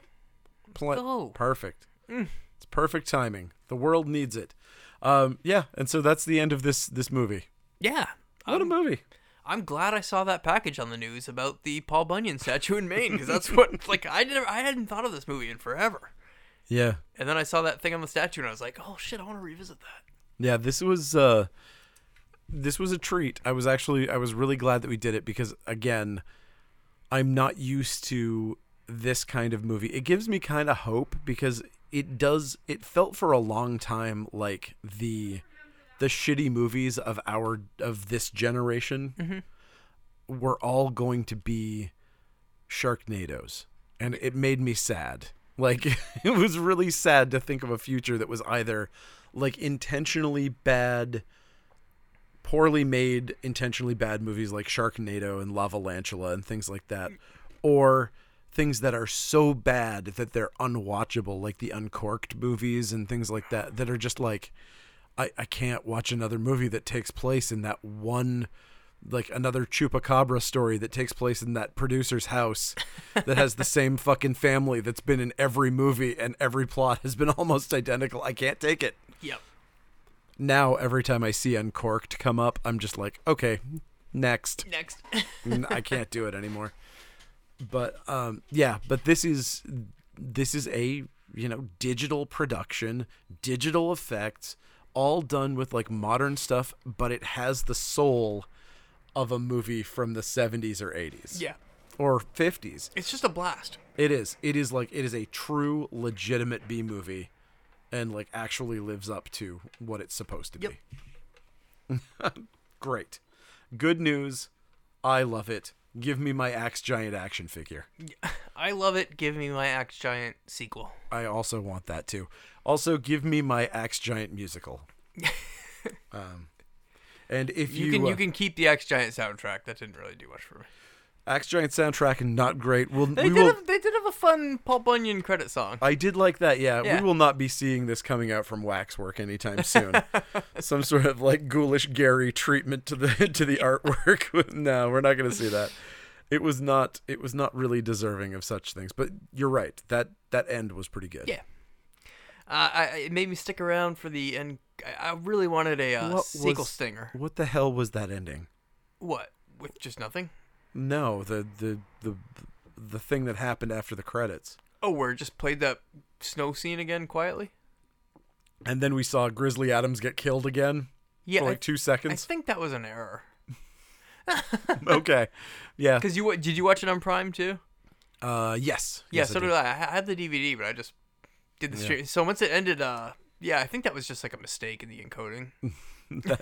Pla- go. Mm. Perfect. It's perfect timing. The world needs it. Um, yeah, and so that's the end of this this movie. Yeah. What a movie. I'm glad I saw that package on the news about the Paul Bunyan statue in Maine because that's what like I never I hadn't thought of this movie in forever. Yeah. And then I saw that thing on the statue and I was like, oh shit, I want to revisit that. Yeah, this was uh this was a treat. I was actually I was really glad that we did it because again, I'm not used to this kind of movie. It gives me kind of hope because it does it felt for a long time like the the shitty movies of our of this generation were all going to be Sharknadoes, and it made me sad. Like it was really sad to think of a future that was either like intentionally bad, poorly made, intentionally bad movies like Sharknado and Lavalantula and things like that, or things that are so bad that they're unwatchable, like the Uncorked movies and things like that, that are just like, I, I can't watch another movie that takes place in that one like another chupacabra story that takes place in that producer's house that has the same fucking family that's been in every movie and every plot has been almost identical. I can't take it. Yep. now every time I see Uncorked come up, I'm just like, okay, next. Next. N- I can't do it anymore. But um, yeah, but this is this is a you know digital production, digital effects, all done with like modern stuff, but it has the soul of a movie from the 70s or 80s yeah. or 50s. It's just a blast. It is. It is like it is a true legitimate B movie and like actually lives up to what it's supposed to Yep. be. Great. Good news. I love it. Give me my Axe Giant action figure. I love it. Give me my Axe Giant sequel. I also want that too. Also give me my Axe Giant musical. um and if you, You, can uh, you can keep the Axe Giant soundtrack. That didn't really do much for me. Axe Giant soundtrack and not great. We'll, They we did will have, they did have a fun Paul Bunyan credit song. I did like that. Yeah. Yeah. we will not be seeing this coming out from Waxwork anytime soon. Some sort of like ghoulish Gary treatment to the to the artwork. no, we're not going to see that. It was not. It was not really deserving of such things. But you're right. That that end was pretty good. Yeah. Uh, I, I- it made me stick around for the end. I I really wanted a uh, What sequel was- stinger. What the hell was that ending? What? With just nothing? No, the the the the thing that happened after the credits, Oh, we're just played that snow scene again quietly. and then we saw Grizzly Adams get killed again Yeah, for I- like two I seconds. think that was an error. okay. Yeah. Cause you wa- did you watch it on Prime too? Uh. Yes. Yeah, Yes, I so did. did I. I had the DVD, but I just did the stream. So once it ended, uh, yeah, I think that was just like a mistake in the encoding. It that,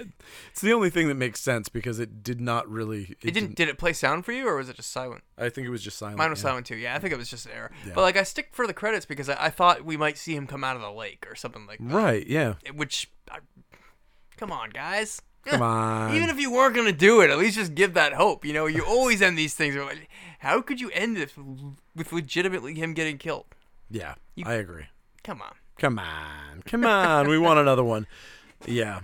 it's the only thing that makes sense because it did not really. It, didn't. Did it play sound for you, or was it just silent? I think it was just silent. Mine was yeah. silent too. Yeah, I think it was just an error. Yeah. But like, I stick for the credits because I, I thought we might see him come out of the lake or something like that. Right. Yeah. Which, I, come on, guys. Come on. Even if you weren't gonna do it, at least just give that hope. You know, you always end these things. with, like, How could you end this with legitimately him getting killed? yeah. I agree. Come on. Come on. Come on. we want another one. Yeah.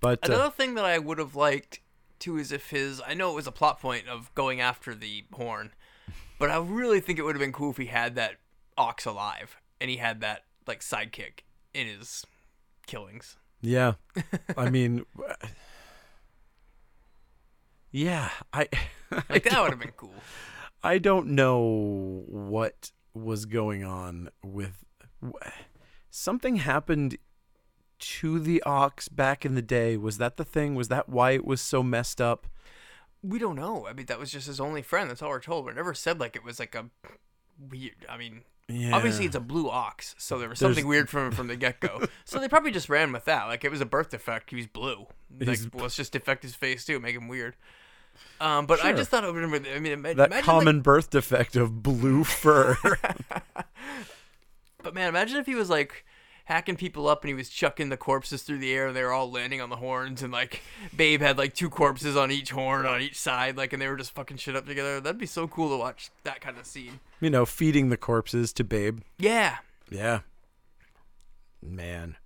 But uh, Another thing that I would have liked too is if his I know it was a plot point of going after the horn, but I really think it would have been cool if he had that ox alive and he had that like sidekick in his killings. yeah. I mean. w- Yeah. I. I, Like that would have been cool. I don't know what was going on with. wh- Something happened to the ox back in the day. Was that the thing? Was that why it was so messed up? We don't know. I mean that was just his only friend, that's all we're told. We're never said like it was like a weird I mean Yeah. Obviously, it's a blue ox, so there was There's- something weird from from the get go. so they probably just ran with that. Like it was a birth defect. He was blue. Like He's- well, let's just defect his face too, make him weird. Um, but I Sure. just thought it would. have been- I mean, ima- that imagine common Like, birth defect of blue fur. but man, imagine if he was like hacking people up and he was chucking the corpses through the air. They were all landing on the horns, and like Babe had like two corpses on each horn on each side, like, and they were just fucking shit up together. That'd be so cool to watch that kind of scene. you know, feeding the corpses to Babe. Yeah, Yeah. Man.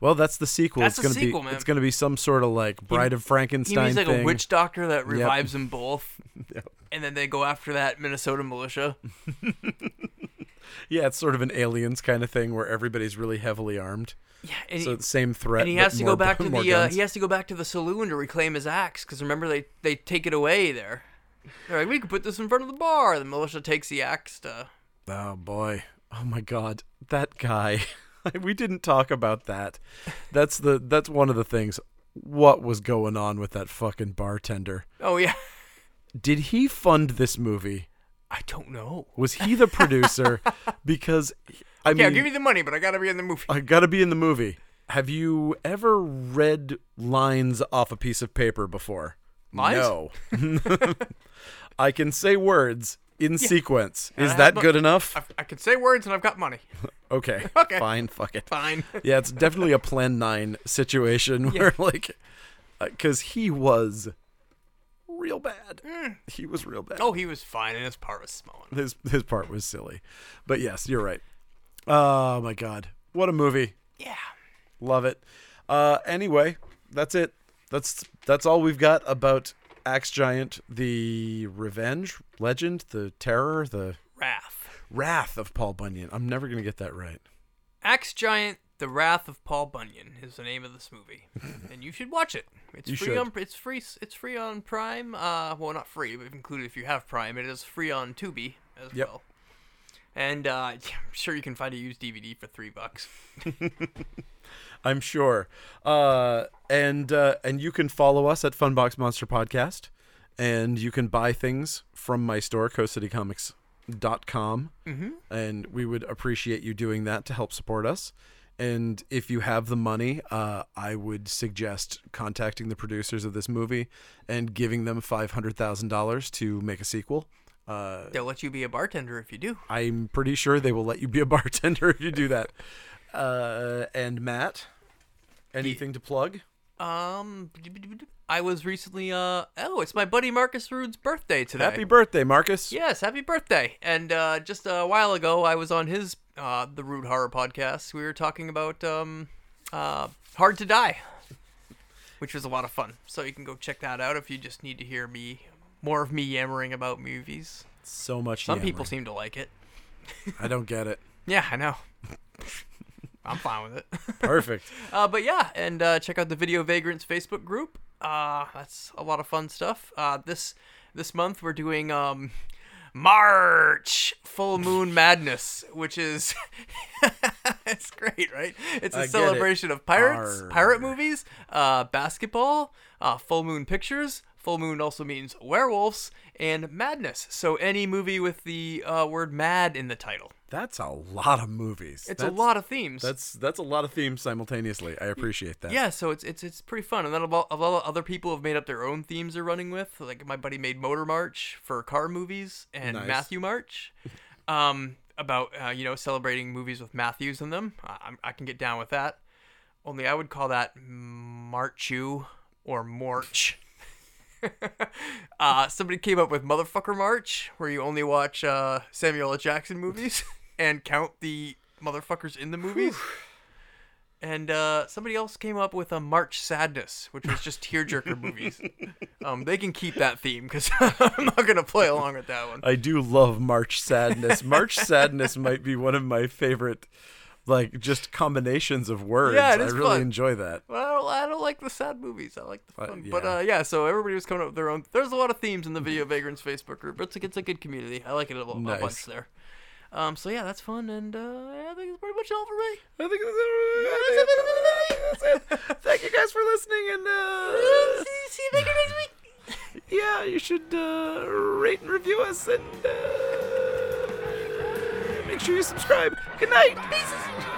Well, that's the sequel. That's it's the gonna sequel, be man. it's gonna be some sort of like Bride of He Frankenstein means like thing. a witch doctor that revives them both, and then they go after that Minnesota militia. Yeah, it's sort of an aliens kind of thing where everybody's really heavily armed. Yeah, and, So he, it's same threat. and he but has to more- go back to more the uh, guns. he has to go back to the saloon to reclaim his axe because remember they they take it away there. They're like, we could put this in front of the bar. The militia takes the axe to. Oh boy. Oh my god. That guy. we didn't talk about that. That's the that's one of the things. What was going on with that fucking bartender? Oh yeah, Did he fund this movie? I don't know. Was he the producer? because I Yeah, mean, give me the money, but I gotta be in the movie. I gotta be in the movie. Have you ever read lines off a piece of paper before? Lines? No. I can say words in sequence. Is I that have a- good enough? I, I can say words and I've got money. Okay. Okay. Fine. Fuck it. Fine. Yeah, it's definitely a Plan Nine situation where like, because he was real bad. Mm. He was real bad. Oh, he was fine, and his part was smelling. his his part was silly, but yes, you're right. Oh my god, what a movie! Yeah. Love it. Uh, anyway, that's it. That's that's all we've got about Axe Giant, the revenge, legend, the terror, the Wrath. wrath of Paul Bunyan. I'm never gonna get that right. Axe Giant, The Wrath of Paul Bunyan is the name of this movie, and you should watch it. It's You free should. on it's free it's free on Prime. Uh, well, not free, but included if you have Prime. It is free on Tubi as Yep. well. And uh, yeah, I'm sure you can find a used DVD for three bucks. I'm sure. Uh, and uh, and you can follow us at Funbox Monster Podcast, and you can buy things from my store, coastcitycomics.com. Mm-hmm. And we would appreciate you doing that to help support us. And if you have the money, uh, I would suggest contacting the producers of this movie and giving them five hundred thousand dollars to make a sequel. Uh, They'll let you be a bartender if you do. I'm pretty sure they will let you be a bartender if you do that. Uh, and Matt, anything to plug? Um, I was recently uh oh, it's my buddy Marcus Rood's birthday today. Happy birthday, Marcus. Yes, happy birthday! And uh, just a while ago, I was on his uh, the Rude Horror podcast. We were talking about um, uh, Hard to Die, which was a lot of fun. So you can go check that out if you just need to hear me more of me yammering about movies. So much. Some yammering. people seem to like it. I don't get it. Yeah, I know. I'm fine with it. Perfect. Uh, but yeah, and uh, check out the Video Vagrants Facebook group. Uh, that's a lot of fun stuff. Uh, this this month we're doing um, March Full Moon Madness, which is it's great, right? It's I a get it. celebration of pirates, Arr. pirate movies, uh, basketball, uh, full moon pictures. Full moon also means werewolves and madness. So any movie with the uh, word "mad" in the title. That's a lot of movies. that's, It's a lot of themes. That's that's a lot of themes simultaneously. I appreciate that. Yeah, so it's it's it's pretty fun, and then a lot, a lot of other people have made up their own themes they're running with. Like my buddy made Motor March for car movies, and Nice. Matthew March, um, about uh, you know celebrating movies with Matthews in them. I, I'm- I can get down with that. Only I would call that Marchu or Morch. uh, somebody came up with Motherfucker March, where you only watch uh, Samuel L. Jackson movies and count the motherfuckers in the movies. And uh, somebody else came up with a March Sadness, which was just tearjerker movies. Um, they can keep that theme because I'm not gonna play along with that one. I do love March Sadness. March Sadness might be one of my favorite, like just combinations of words. Yeah, it is I really fun. enjoy that. Well, I don't, I don't like the sad movies. I like the But, fun. But yeah. uh, yeah, so everybody was coming up with their own. There's a lot of themes in the Video Vagrants Facebook group. It's a, it's a good community. I like it a, little, a Nice. bunch there. Um, so yeah, that's fun, and uh, I think it's pretty much all for me. I think that's it. That's it. Thank you guys for listening, and uh, See you later next week. yeah, you should uh, rate and review us, and uh, make sure you subscribe. Good night. Peace.